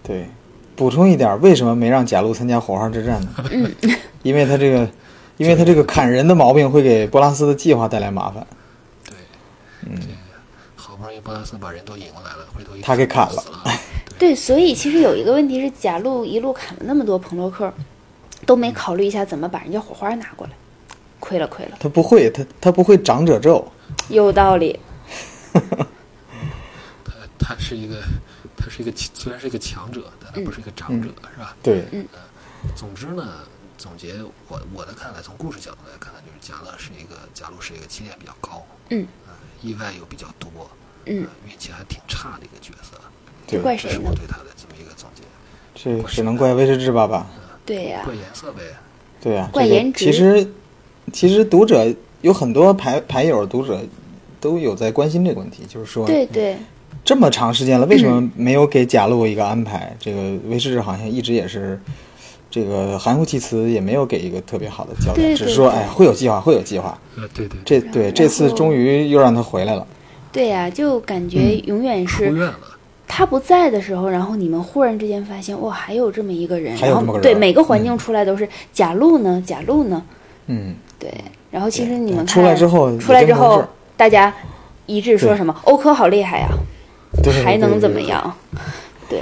A: 对，补充一点，为什么没让贾路参加火花之战呢？
B: 嗯，
A: 因为他这个，因为他这个砍人的毛病会给波拉斯的计划带来麻烦。
C: 对，这个好不容易波拉斯把人都引过来了，回头
A: 嗯
C: 一
A: 他给砍了
C: 死了。
B: 对，所以其实有一个问题是，贾路一路砍了那么多彭洛克，都
A: 嗯
B: 没考虑一下怎么把人家火花拿过来，亏了亏了，
A: 他不会，他他不会长者咒。
B: 有道理。
C: 他他是一个，他是一个虽然是一个强者，但他不是一个长者，是吧？
A: 嗯对，
C: 总之呢，总结我我的看来，从故事角度来看，就是贾乐是一个贾路是一个起点比较高，
B: 嗯
C: 呃，意外又比较多，
B: 嗯
C: 呃，运气还挺差的一个角色，
A: 对，
B: 怪
C: 这
B: 哎谁
C: 是
B: 呢
C: 我？对他的这么一个总结。
A: 这只能怪威士忌爸爸。
B: 对呀、
C: 怪颜色呗，
A: 对啊，
B: 怪
A: 这个
B: 颜值
A: 其实，其实读者有很多牌牌友读者都有在关心这个问题，就是说，
B: 对对，
A: 这么长时间了，为什
B: 嗯
A: 么没有给贾路一个安排？这个威士忌好像一直也是这个含糊其辞，也没有给一个特别好的交代，
B: 对对
A: 只是说
B: 对
A: 哎会有计划，会有计划。
C: 呃，对对，
A: 这
B: 后
A: 对这次终于又让他回来了，
B: 对呀、就感觉
A: 嗯
B: 永远
C: 出
B: 是
C: 院了，
B: 他不在的时候，然后你们忽然之间发现，哇，还有这么一个人，
A: 还有
B: 然
A: 这么
B: 后
A: 个
B: 对
A: 人
B: 每个环境出来都是贾路呢，贾路呢，
A: 嗯，
B: 对，然后其实你们看
A: 出来之后
B: 出来之
A: 也真不
B: 后
A: 是，
B: 大家一致说
A: 对
B: 什么？欧科好厉害呀、啊
A: 对对
B: 还能怎么？
A: 对对对
B: 样？对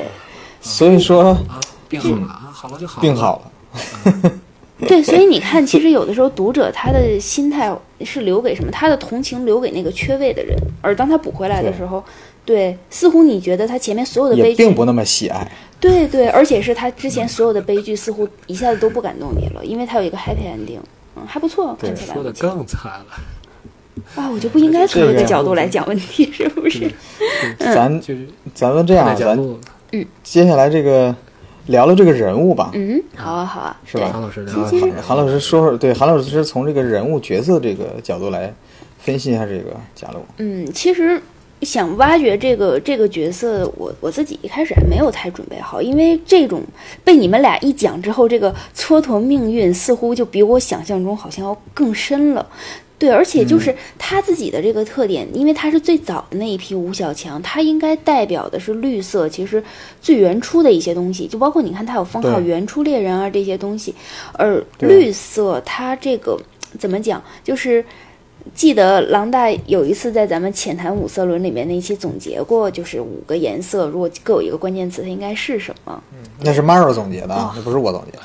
A: 所以说
C: 啊，病好了啊，好了就好了，
A: 病好了，
B: 对，所以你看，其实有的时候读者他的心态是留给什么？他的同情留给那个缺位的人，而当他补回来的时候，对，似乎你觉得他前面所有的
A: 也
B: 悲
A: 并
B: 剧，
A: 不那么喜爱，
B: 对对，而且是他之前所有的悲剧似乎一下子都不感动你了，因为他有一个 happy ending。嗯，还不错，
A: 对
B: 看起来
C: 说的更惨了，
B: 啊，我就不应该从
A: 这
B: 这
A: 个
B: 个角度来讲问题，是不是？嗯
A: 咱
C: 就是
A: 咱们这样
C: 在
A: 啊，
C: 贾
A: 咱
C: 路，
A: 接下来这个聊聊这个人物吧，
B: 嗯，好啊，好啊，
A: 是吧？
C: 韩老师聊
A: 啊韩
C: 聊韩
A: 韩老师说说，对，韩老师从这个人物角色这个角度来分析一下这个贾璐。
B: 嗯，其实想挖掘这个这个角色，我我自己一开始还没有太准备好，因为这种被你们俩一讲之后，这个蹉跎命运似乎就比我想象中好像要更深了。对，而且就是他自己的这个特点，因为他是最早的那一批吴小强，他应该代表的是绿色，其实最原初的一些东西，就包括你看他有封号“
A: 对
B: 原初猎人”啊这些东西，而
A: 对
B: 绿色它这个怎么讲，就是记得狼大有一次在咱们浅谈五色轮里面那一期总结过，就是五个颜色，如果各有一个关键词，它应该是什么？
A: 那是 Maro 总结的
B: 哦
A: 啊，那不是我总结的。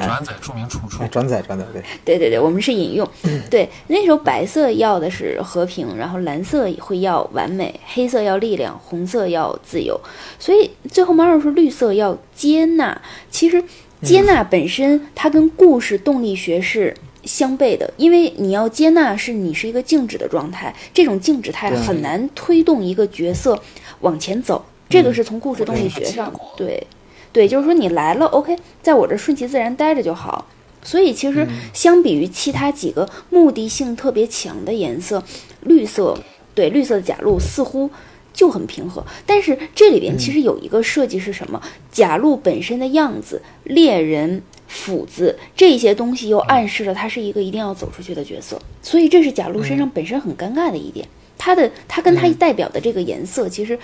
C: 转载著名出处
A: 哎，，转载转载对，
B: 对对对，我们是引用。对，那时候白色要的是和平，然后蓝色会要完美，黑色要力量，红色要自由。所以最后马尔说绿色要接纳。其实接纳本身它跟故事动力学是。相悖的，因为你要接纳是你是一个静止的状态，这种静止态
A: 对
B: 很难推动一个角色往前走。这个是从故事动力学上
C: 嗯，
B: 对，对，就是说你来了，OK，在我这儿顺其自然待着就好。所以其实相比于其他几个目的性特别强的颜色，绿色对绿色的甲路似乎就很平和。但是这里边其实有一个设计是什么？甲路本身的样子，猎人。斧子这些东西又暗示了他是一个一定要走出去的角色，所以这是贾璐身上本身很尴尬的一点。他的他跟他代表的这个颜色，其实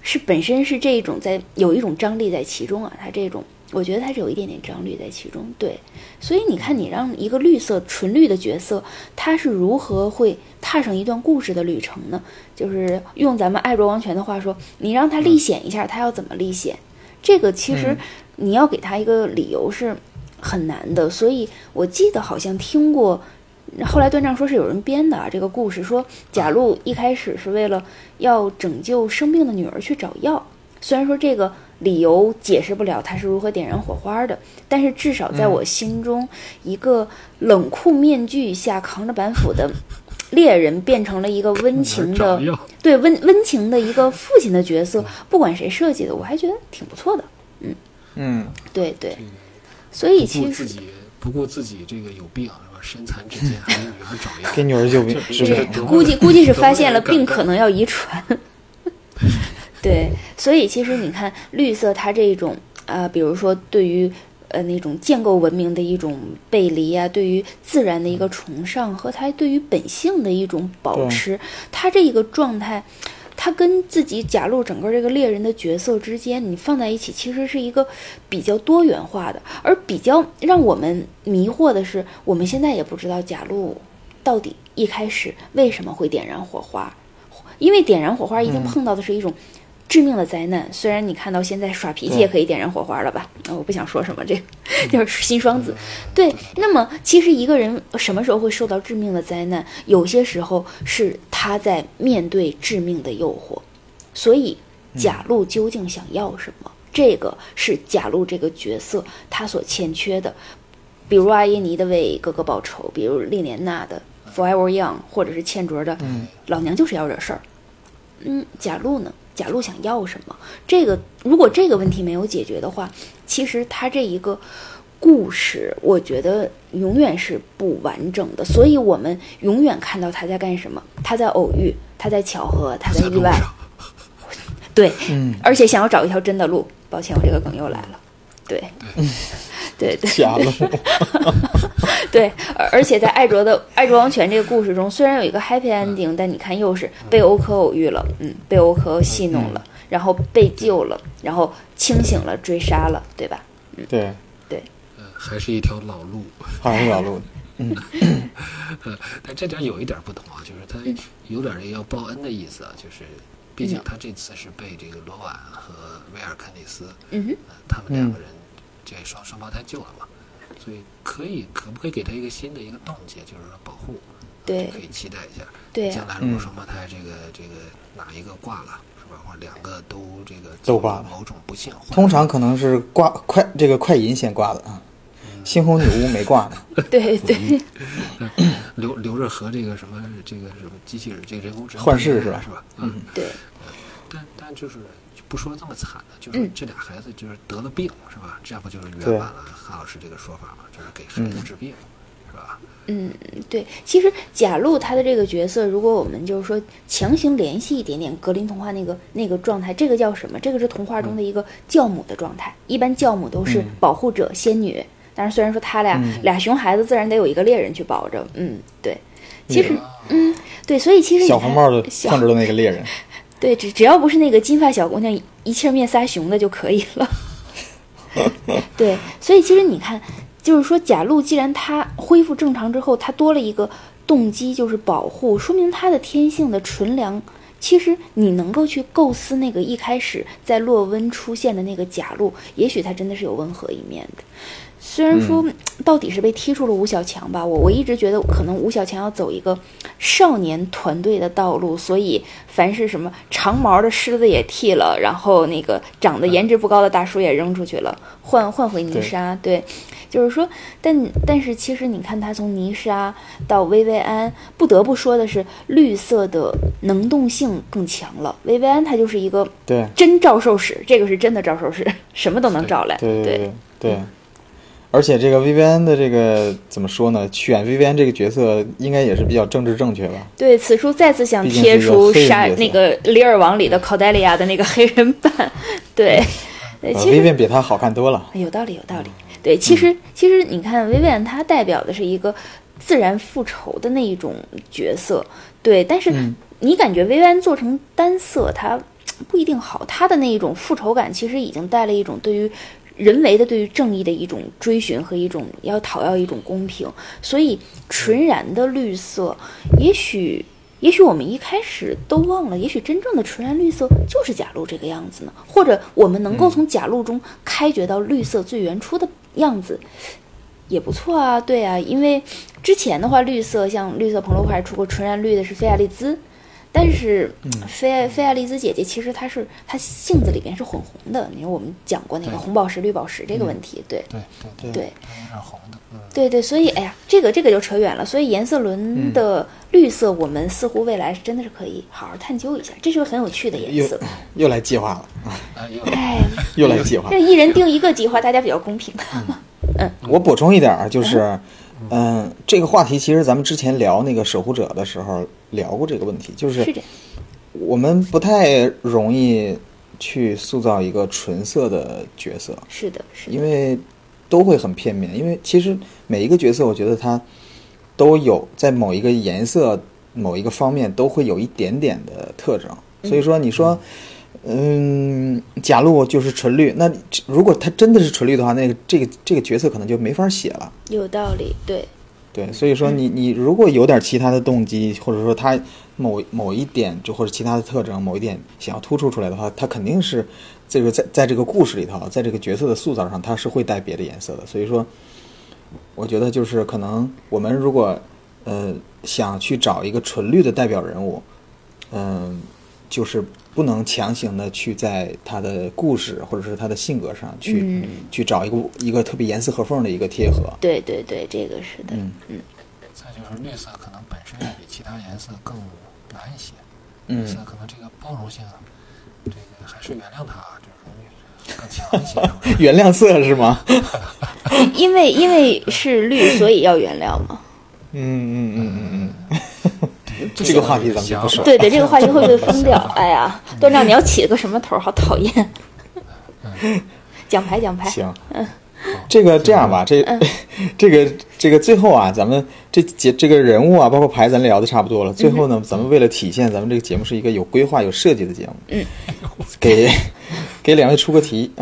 B: 是本身是这一种在有一种张力在其中啊，他这种我觉得他是有一点点张力在其中。对，所以你看，你让一个绿色纯绿的角色，他是如何会踏上一段故事的旅程呢？就是用咱们爱若王权的话说，你让他历险一下，他要怎么历险？这个其实你要给他一个理由是。很难的，所以我记得好像听过，后来段丈说是有人编的啊。这个故事说，贾璐一开始是为了要拯救生病的女儿去找药，虽然说这个理由解释不了他是如何点燃火花的，但是至少在我心中，一个冷酷面具下扛着板斧的猎人，变成了一个温情的，对温温情的一个父亲的角色。不管谁设计的，我还觉得挺不错的。嗯
A: 嗯，
B: 对对。所以
C: 不顾
B: 其
C: 自
B: 实
C: 己，不顾自己这个有病是吧？身残志坚，还给女儿找药，
A: 给女儿救命
C: 这
A: 治
C: 这
A: 病
C: 这
B: 估计估计是发现了
C: 都有点
B: 病
C: 感
B: 可能要遗传。对，所以其实你看绿色它这种啊、比如说对于呃那种建构文明的一种背离啊，对于自然的一个崇尚和它对于本性的一种保
A: 对
B: 持，它这一个状态。它跟自己假如整个这个猎人的角色之间，你放在一起，其实是一个比较多元化的。而比较让我们迷惑的是，我们现在也不知道假如到底一开始为什么会点燃火花，因为点燃火花一定碰到的是一种致命的灾难。虽然你看到现在耍脾气也可以点燃火花了吧？啊我不想说什么，这个 就是新双子。对，那么其实一个人什么时候会受到致命的灾难？有些时候是他在面对致命的诱惑。所以，贾璐究竟想要什么？这个是贾璐这个角色他所欠缺的。比如阿耶尼的《为哥哥报仇》，比如列莲娜的《Forever Young》，或者是倩卓的《老娘就是要惹事儿》。嗯，贾璐呢？贾璐想要什么？这个如果这个问题没有解决的话，其实他这一个故事，我觉得永远是不完整的。所以我们永远看到他在干什么，他在偶遇，他在巧合，他在
C: 在
B: 意
C: 路
B: 外。
C: 上，
B: 对，
A: 嗯
B: 而且想要找一条真的路。抱歉，我这个梗又来了。对，对对
A: 假了，
B: 对，而而且在艾卓的《艾卓王权》这个故事中，虽然有一个 happy ending，但你看又是被欧科偶遇了，嗯，被欧科戏弄了，然后被救了，然后清醒了，追杀了，对吧？
A: 对，
C: 呃，还是一条老路。
A: 好像是老陆，
C: 呃，但这点有一点不同啊，就是他
B: 嗯
C: 有点要报恩的意思啊，就是毕竟他这次是被这个罗婉和威尔肯尼斯，
B: 嗯哼，
C: 呃他们两个人这双双胞胎救了嘛，所以可以可不可以给他一个新的一个冻结，就是说保护，
B: 对
C: 可以期待一下。
B: 对啊呀
C: 将来如
A: 嗯
C: 果双胞胎这个这个哪一个挂了，是吧？或者两个都这个
A: 都挂了
C: 某种不幸，或者
A: 通常可能是挂快这个快银先挂的啊，猩红女巫没挂呢。
B: 对对
C: 留留着和这个什么这个什么机器人这个人工智能
A: 幻视
C: 对
A: 是吧
C: 是吧？嗯，
B: 对，
C: 但但就是就不说这么惨的，就是这俩孩子就是得了病，是吧？这样不就是圆
A: 对嗯
C: 满了韩老师这个说法嘛？就是给孩子治病，是吧？
B: 嗯对。其实贾璐她的这个角色，如果我们就是说强行联系一点点格林童话那个那个状态，这个叫什么？这个是童话中的一个教母的状态。一般教母都
A: 嗯
B: 是保护者、仙女。但是虽然说他俩、俩熊孩子，自然得有一个猎人去保着。嗯，对。其实，嗯，对，所以其实你
A: 小
B: 看
A: 红帽的
B: 小
A: 控制的那个猎 人，
B: 对，只只要不是那个金发小姑娘一气儿灭仨熊的就可以了。 对，所以其实你看，就是说贾璐既然她恢复正常之后，她多了一个动机，就是保护，说明她的天性的纯良。其实你能够去构思那个一开始在洛温出现的那个贾璐，也许她真的是有温和一面的。虽然说到底是被踢出了吴小强吧，我我一直觉得可能吴小强要走一个少年团队的道路，所以凡是什么长毛的狮子也剃了，然后那个长得颜值不高的大叔也扔出去了，换换回泥沙。对，就是说，但但是其实你看他从泥沙到薇薇安，不得不说的是绿色的能动性更强了。薇薇安她就是一个
A: 对
B: 真赵兽使，这个是真的赵兽使，什么都能找来。
A: 对对对，而且这个 Vivian 的这个怎么说呢？选 Vivian 这个角色应该也是比较政治正确吧？
B: 对，此处再次想
A: 毕竟
B: 贴
A: 是一个
B: 出
A: 黑人
B: 杀
A: 角色
B: 那个《里尔王》里的考戴利亚的那个黑人版，对，呃，
A: 呃
B: 其实哎
A: ，Vivian 嗯比她好看多了。
B: 有道理，有道理。对，其实其实你看，薇薇安她代表的是一个自然复仇的那一种角色，对。但是
A: 嗯
B: 你感觉薇薇安做成单色，她不一定好，她的那一种复仇感其实已经带了一种对于。人为的对于正义的一种追寻和一种要讨要一种公平，所以
A: 嗯
B: 纯然的绿色，也许也许我们一开始都忘了，也许真正的纯然绿色就是假鹿这个样子呢，或者我们能够从假鹿中开掘到绿色最原初的样子，也不错啊，对啊，因为之前的话，绿色像绿色彭罗牌出过纯然绿的是菲亚丽兹，但是菲亚菲亚丽兹姐姐其实她是她性子里边是混红的，你说我们讲过那个
C: 对
B: 红宝石绿宝石这个问题，对
C: 对对对，
B: 对。
C: 它有点红的，嗯，
B: 对对，所以哎呀，这个这个就扯远了。所以颜色
A: 嗯
B: 轮的绿色，我们似乎未来真的是可以好好探究一下，这是个很有趣的颜
A: 又
B: 色。
A: 又来计划了，啊
C: 哎呦，
B: 哎，
A: 又来计划
B: 这。一人定一个计划，大家比较公平。
A: 嗯 我补充一点儿，就是，嗯，这个话题其实咱们之前聊那个守护者的时候聊过这个问题，就是
B: 是这样，
A: 我们不太容易去塑造一个纯色的角色，
B: 是的，是的，
A: 因为都会很片面。因为其实每一个角色，我觉得他都有在某一个颜色、某一个方面都会有一点点的特征。所以说，你说，嗯，假如就是纯绿，那如果他真的是纯绿的话，那个这个这个角色可能就没法写了。
B: 有道理。对，
A: 对，所以说你你如果有点其他的动机，或者说他某某一点就或者其他的特征某一点想要突出出来的话，他肯定是这个在在这个故事里头，在这个角色的塑造上，他是会带别的颜色的。所以说，我觉得就是可能我们如果呃想去找一个纯绿的代表人物，嗯、就是不能强行的去在他的故事或者是他的性格上去、
B: 嗯
A: 去找一个一个特别严丝合缝的一个贴合。
B: 对对对，这个是的。
A: 嗯
C: 再就是绿色可能本身要比其他颜色更难一些，
A: 嗯
C: 绿色可能这个包容性，啊这个还是原谅它，就是更 强一些，是不是？
A: 原谅色是吗？
B: 因为因为是绿，所以要原谅嘛。
A: 嗯嗯嗯嗯嗯，
C: 是
A: 这个话题咱们就不说。
B: 对对，这个话题会不会疯掉？哎呀，段长，你要起个什么头儿？好讨厌。 奖牌，奖牌。
A: 嗯行，嗯这个这样吧，这 这个这个最后啊，咱们这节这个人物啊，包括牌，咱聊的差不多了。最后呢，咱们为了体现咱们这个节目是一个有规划、有设计的节目，嗯， 给给两位出个题，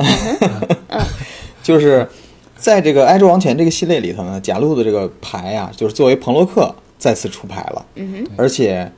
A: 就是在这个《埃及王权》这个系列里头呢，贾露的这个牌啊，就是作为彭洛克再次出牌了，嗯而且，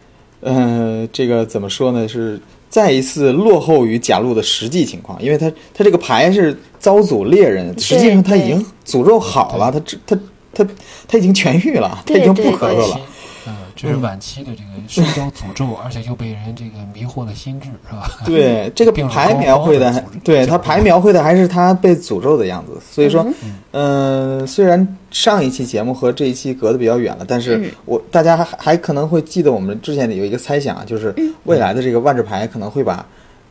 A: 呃，这个怎么说呢，是再一次落后于贾露的实际情况，因为他他这个牌是遭诅猎人，实际上他已经诅咒好了，他这他他他已经痊愈了，他
B: 对
A: 已经不咳嗽
B: 对对
A: 了
C: 期，嗯，这是晚期的这个受到诅咒，而且又被人这个迷惑了心智，是吧？
A: 对， 这个
C: 并不
A: 牌
C: 啊高
A: 描
C: 高
A: 绘
C: 的
A: 的
C: 组
A: 还
C: 织，
A: 对
C: 这
A: 他
C: 个
A: 牌描绘的还是他被诅咒的样子。所以说，嗯、虽然上一期节目和这一期隔得比较远了，但是我、大家还还可能会记得我们之前有一个猜想啊，就是未来的这个万智牌可能会把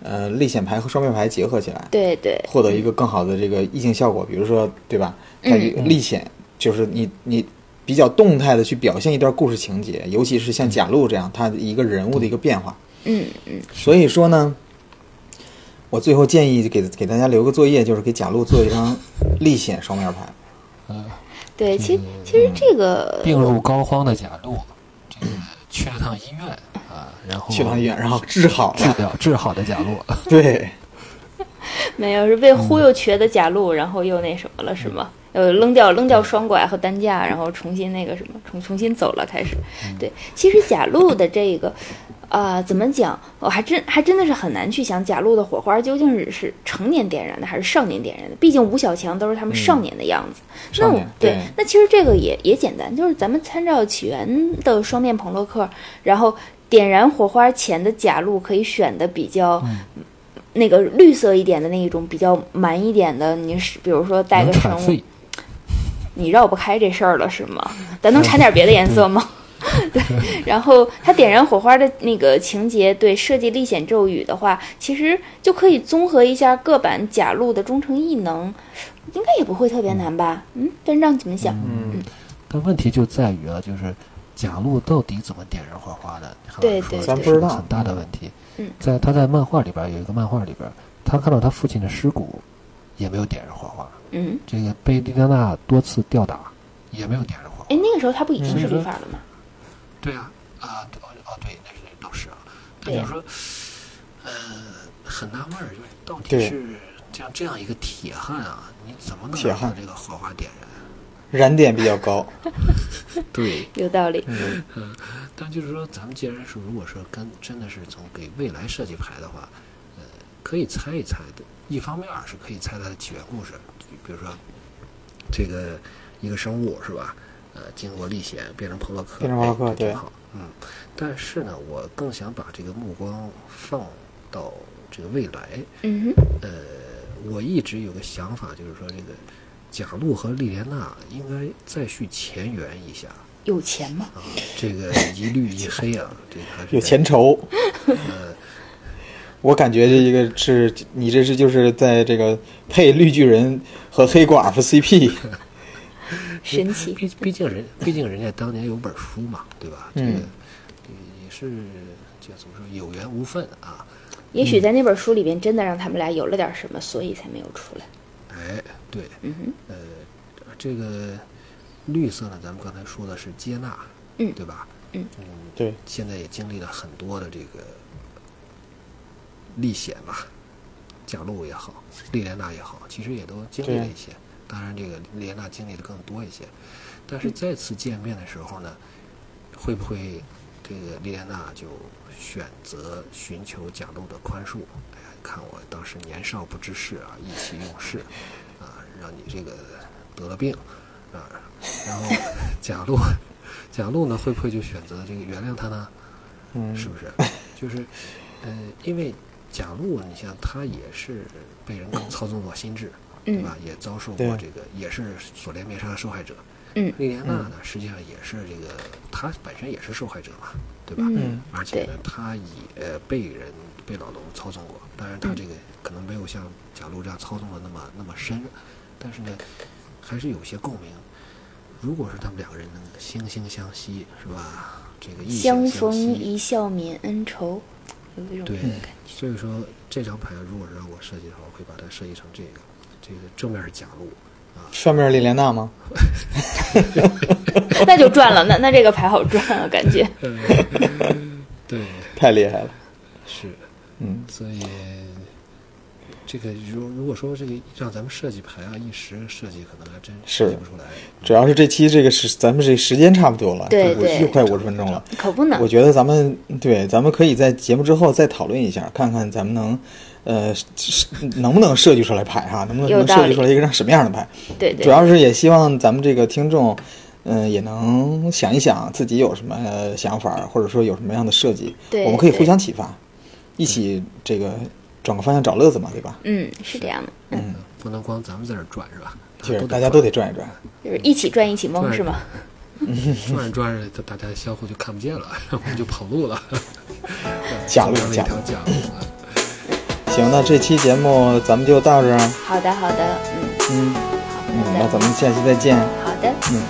A: 呃历险牌和双面牌结合起来，
B: 对对
A: 获得一个更好的这个意境效果。比如说，对吧？它一
C: 嗯
A: 个历险就是你你。比较动态的去表现一段故事情节，尤其是像
C: 嗯
A: 贾露这样，他一个人物的一个变化，
B: 嗯，
A: 所以说呢，我最后建议给给大家留个作业，就是给贾露做一张历险双面牌。
C: 嗯，
B: 对，其实
A: 嗯
B: 其实这个
C: 病入膏肓的贾露，这个去了趟医院啊，然后
A: 去趟医院，然后治好
C: 治
A: 了。
C: 疗治好的贾露，
A: 对，
B: 没有，是被忽悠瘸的假路，然后又那什么了，是吗？
A: 嗯
B: 呃，扔掉扔掉双拐和担架，然后重新那个什么，重重新走了，开始。
A: 嗯
B: 对，其实假路的这个，啊、怎么讲？我还真还真的是很难去想假路的火花究竟是是成年点燃的还是少年点燃的。毕竟吴小强都是他们少年的样子。
A: 嗯少
B: 那我
A: 年
B: 对
A: 对，
B: 那其实这个也也简单，就是咱们参照起源的双面彭洛克，然后点燃火花前的假路可以选的比较。那个绿色一点的那一种比较蛮一点的，你是比如说带
C: 能
B: 个生
C: 产
B: 物
C: 肺，，
B: 你绕不开这事儿了是吗？咱能产点别的颜色吗？对，然后他点燃火花的那个情节，对设计历险咒语的话，其实就可以综合一下各版甲路的忠诚异能，应该也不会特别难吧？嗯，真让你们想，
C: 嗯，但问题就在于啊，就是甲路到底怎么点燃火花的？很
B: 对
C: 难说
B: 对
A: 咱
B: 对
A: 不知
C: 是个
A: 道
C: 很大的问题。
B: 嗯，
C: 在他在漫画里边有一个漫画里边，他看到他父亲的尸骨，也没有点燃火花。
B: 嗯，
C: 这个被莉娜娜多次吊打，也没有点燃火花。
B: 哎，那个时候他不已经是
C: 嗯
B: 律法了吗？
C: 对啊，啊，对哦哦，对，那是老师啊。那
B: 对
C: 就
B: 呀
C: 是说，呃，很纳闷儿，就是到底
A: 对
C: 是这样这样一个铁汉啊，你怎么能
A: 铁
C: 让他
A: 汉
C: 这个火花点燃？
A: 燃点比较高。
C: 对，
B: 有道理，
C: 但就是说，咱们既然是如果说跟真的是从给未来设计牌的话，呃，可以猜一猜的。一方面儿是可以猜它的起源故事，比如说这个一个生物是吧？呃，经过历险变成彭洛克，
A: 变成彭洛克
C: 哎这挺
A: 对
C: 好。嗯，但是呢，我更想把这个目光放到这个未来。
B: 嗯哼，
C: 呃，我一直有个想法，就是说这个贾露和莉莲娜应该再续前缘一下。
B: 有钱吗？
C: 啊，这个一绿一黑啊，这个还是
A: 有前仇。
C: 呃
A: 我感觉这一个是你这是就是在这个配绿巨人和黑寡妇 CP，
B: 神奇，
C: 毕毕竟人毕竟人家当年有本书嘛，对吧？这个、
A: 嗯
C: 也是就怎么说有缘无分啊，
B: 也许在那本书里边真的让他们俩有了点什么，所以才没有出来。
C: 哎，对，
B: 嗯哼，
C: 呃，这个绿色呢，咱们刚才说的是接纳，
B: 嗯
C: 对吧？
B: 嗯
A: 对，
C: 现在也经历了很多的这个历险吧，贾露也好，莉莲娜也好，其实也都经历了一些。当然，这个莉莲娜经历的更多一些。但是再次见面的时候呢，会不会这个莉莲娜就选择寻求贾露的宽恕？哎呀，看我当时年少不知事啊，意气用事啊，让你这个得了病啊。然后贾露，贾露呢会不会就选择这个原谅他呢？
A: 嗯，
C: 是不 是？就是，呃，因为贾露，你像他也是被 人操纵过心智，
B: 嗯
C: 对吧？也遭受过
A: 对
C: 这个，也是锁链灭杀的受害者。
B: 嗯
C: 莉莲娜呢，实际上也是这个，她本身也是受害者嘛，对吧？
B: 嗯
A: 嗯，
C: 而且呢
B: 对，
C: 她也被人被老龙操纵过，当然
B: 嗯
C: 她这个可能没有像贾露这样操纵的那么那么深，但是呢，还是有些共鸣。如果是他们两个人能惺惺相惜，是吧？这个异性
B: 相
C: 相
B: 逢
C: 惜
B: 一笑泯恩仇，有一种
C: 对
B: 感觉。，
C: 所以说这张牌如果让我设计的话，我会把它设计成这个，这个正面是甲 路，
A: 双面莉莲娜吗？
B: 哦那就赚了，那那这个牌好赚啊，感觉。
C: 对，
A: 太厉害了，
C: 是，
A: 嗯，
C: 所以这个如如果说这个让咱们设计牌啊，一时设计可能还真设计
A: 是
C: 不出来。
A: 主要是这期这个时咱们这时间差不多了，
B: 对
A: 我
B: 对
A: 又快五十分钟了。
B: 可不呢
A: 我，觉得咱们对，咱们可以在节目之后再讨论一下，看看咱们能，呃，是能不能设计出来牌哈，能不能
B: 有
A: 能
B: 道理
A: 设计出来一个让什么样的牌？
B: 对对，
A: 主要是也希望咱们这个听众，嗯、也能想一想自己有什么呃想法，或者说有什么样的设计，
B: 对
A: 我们可以互
B: 对
A: 相启发，一起这个转个方向找乐子嘛，对吧？
B: 嗯，是这样的，嗯，
C: 嗯，不能光咱们在这儿转是吧？
A: 就是
C: 得
A: 大家
C: 转
A: 都得转一转，
B: 就是一起赚一起蒙
C: 对
B: 是吗？
C: 转着转着，大大家相互就看不见了， 然后就跑路了，
A: 假 路
C: 走上了一
A: 假
C: 条
A: 路。
C: 假路啊。
A: 行，那这期节目咱们就到这儿，啊
B: 好的好的，嗯，
A: 嗯
B: 好
A: 嗯，那
B: 的
A: 咱们下期再见，
B: 好的，
A: 嗯，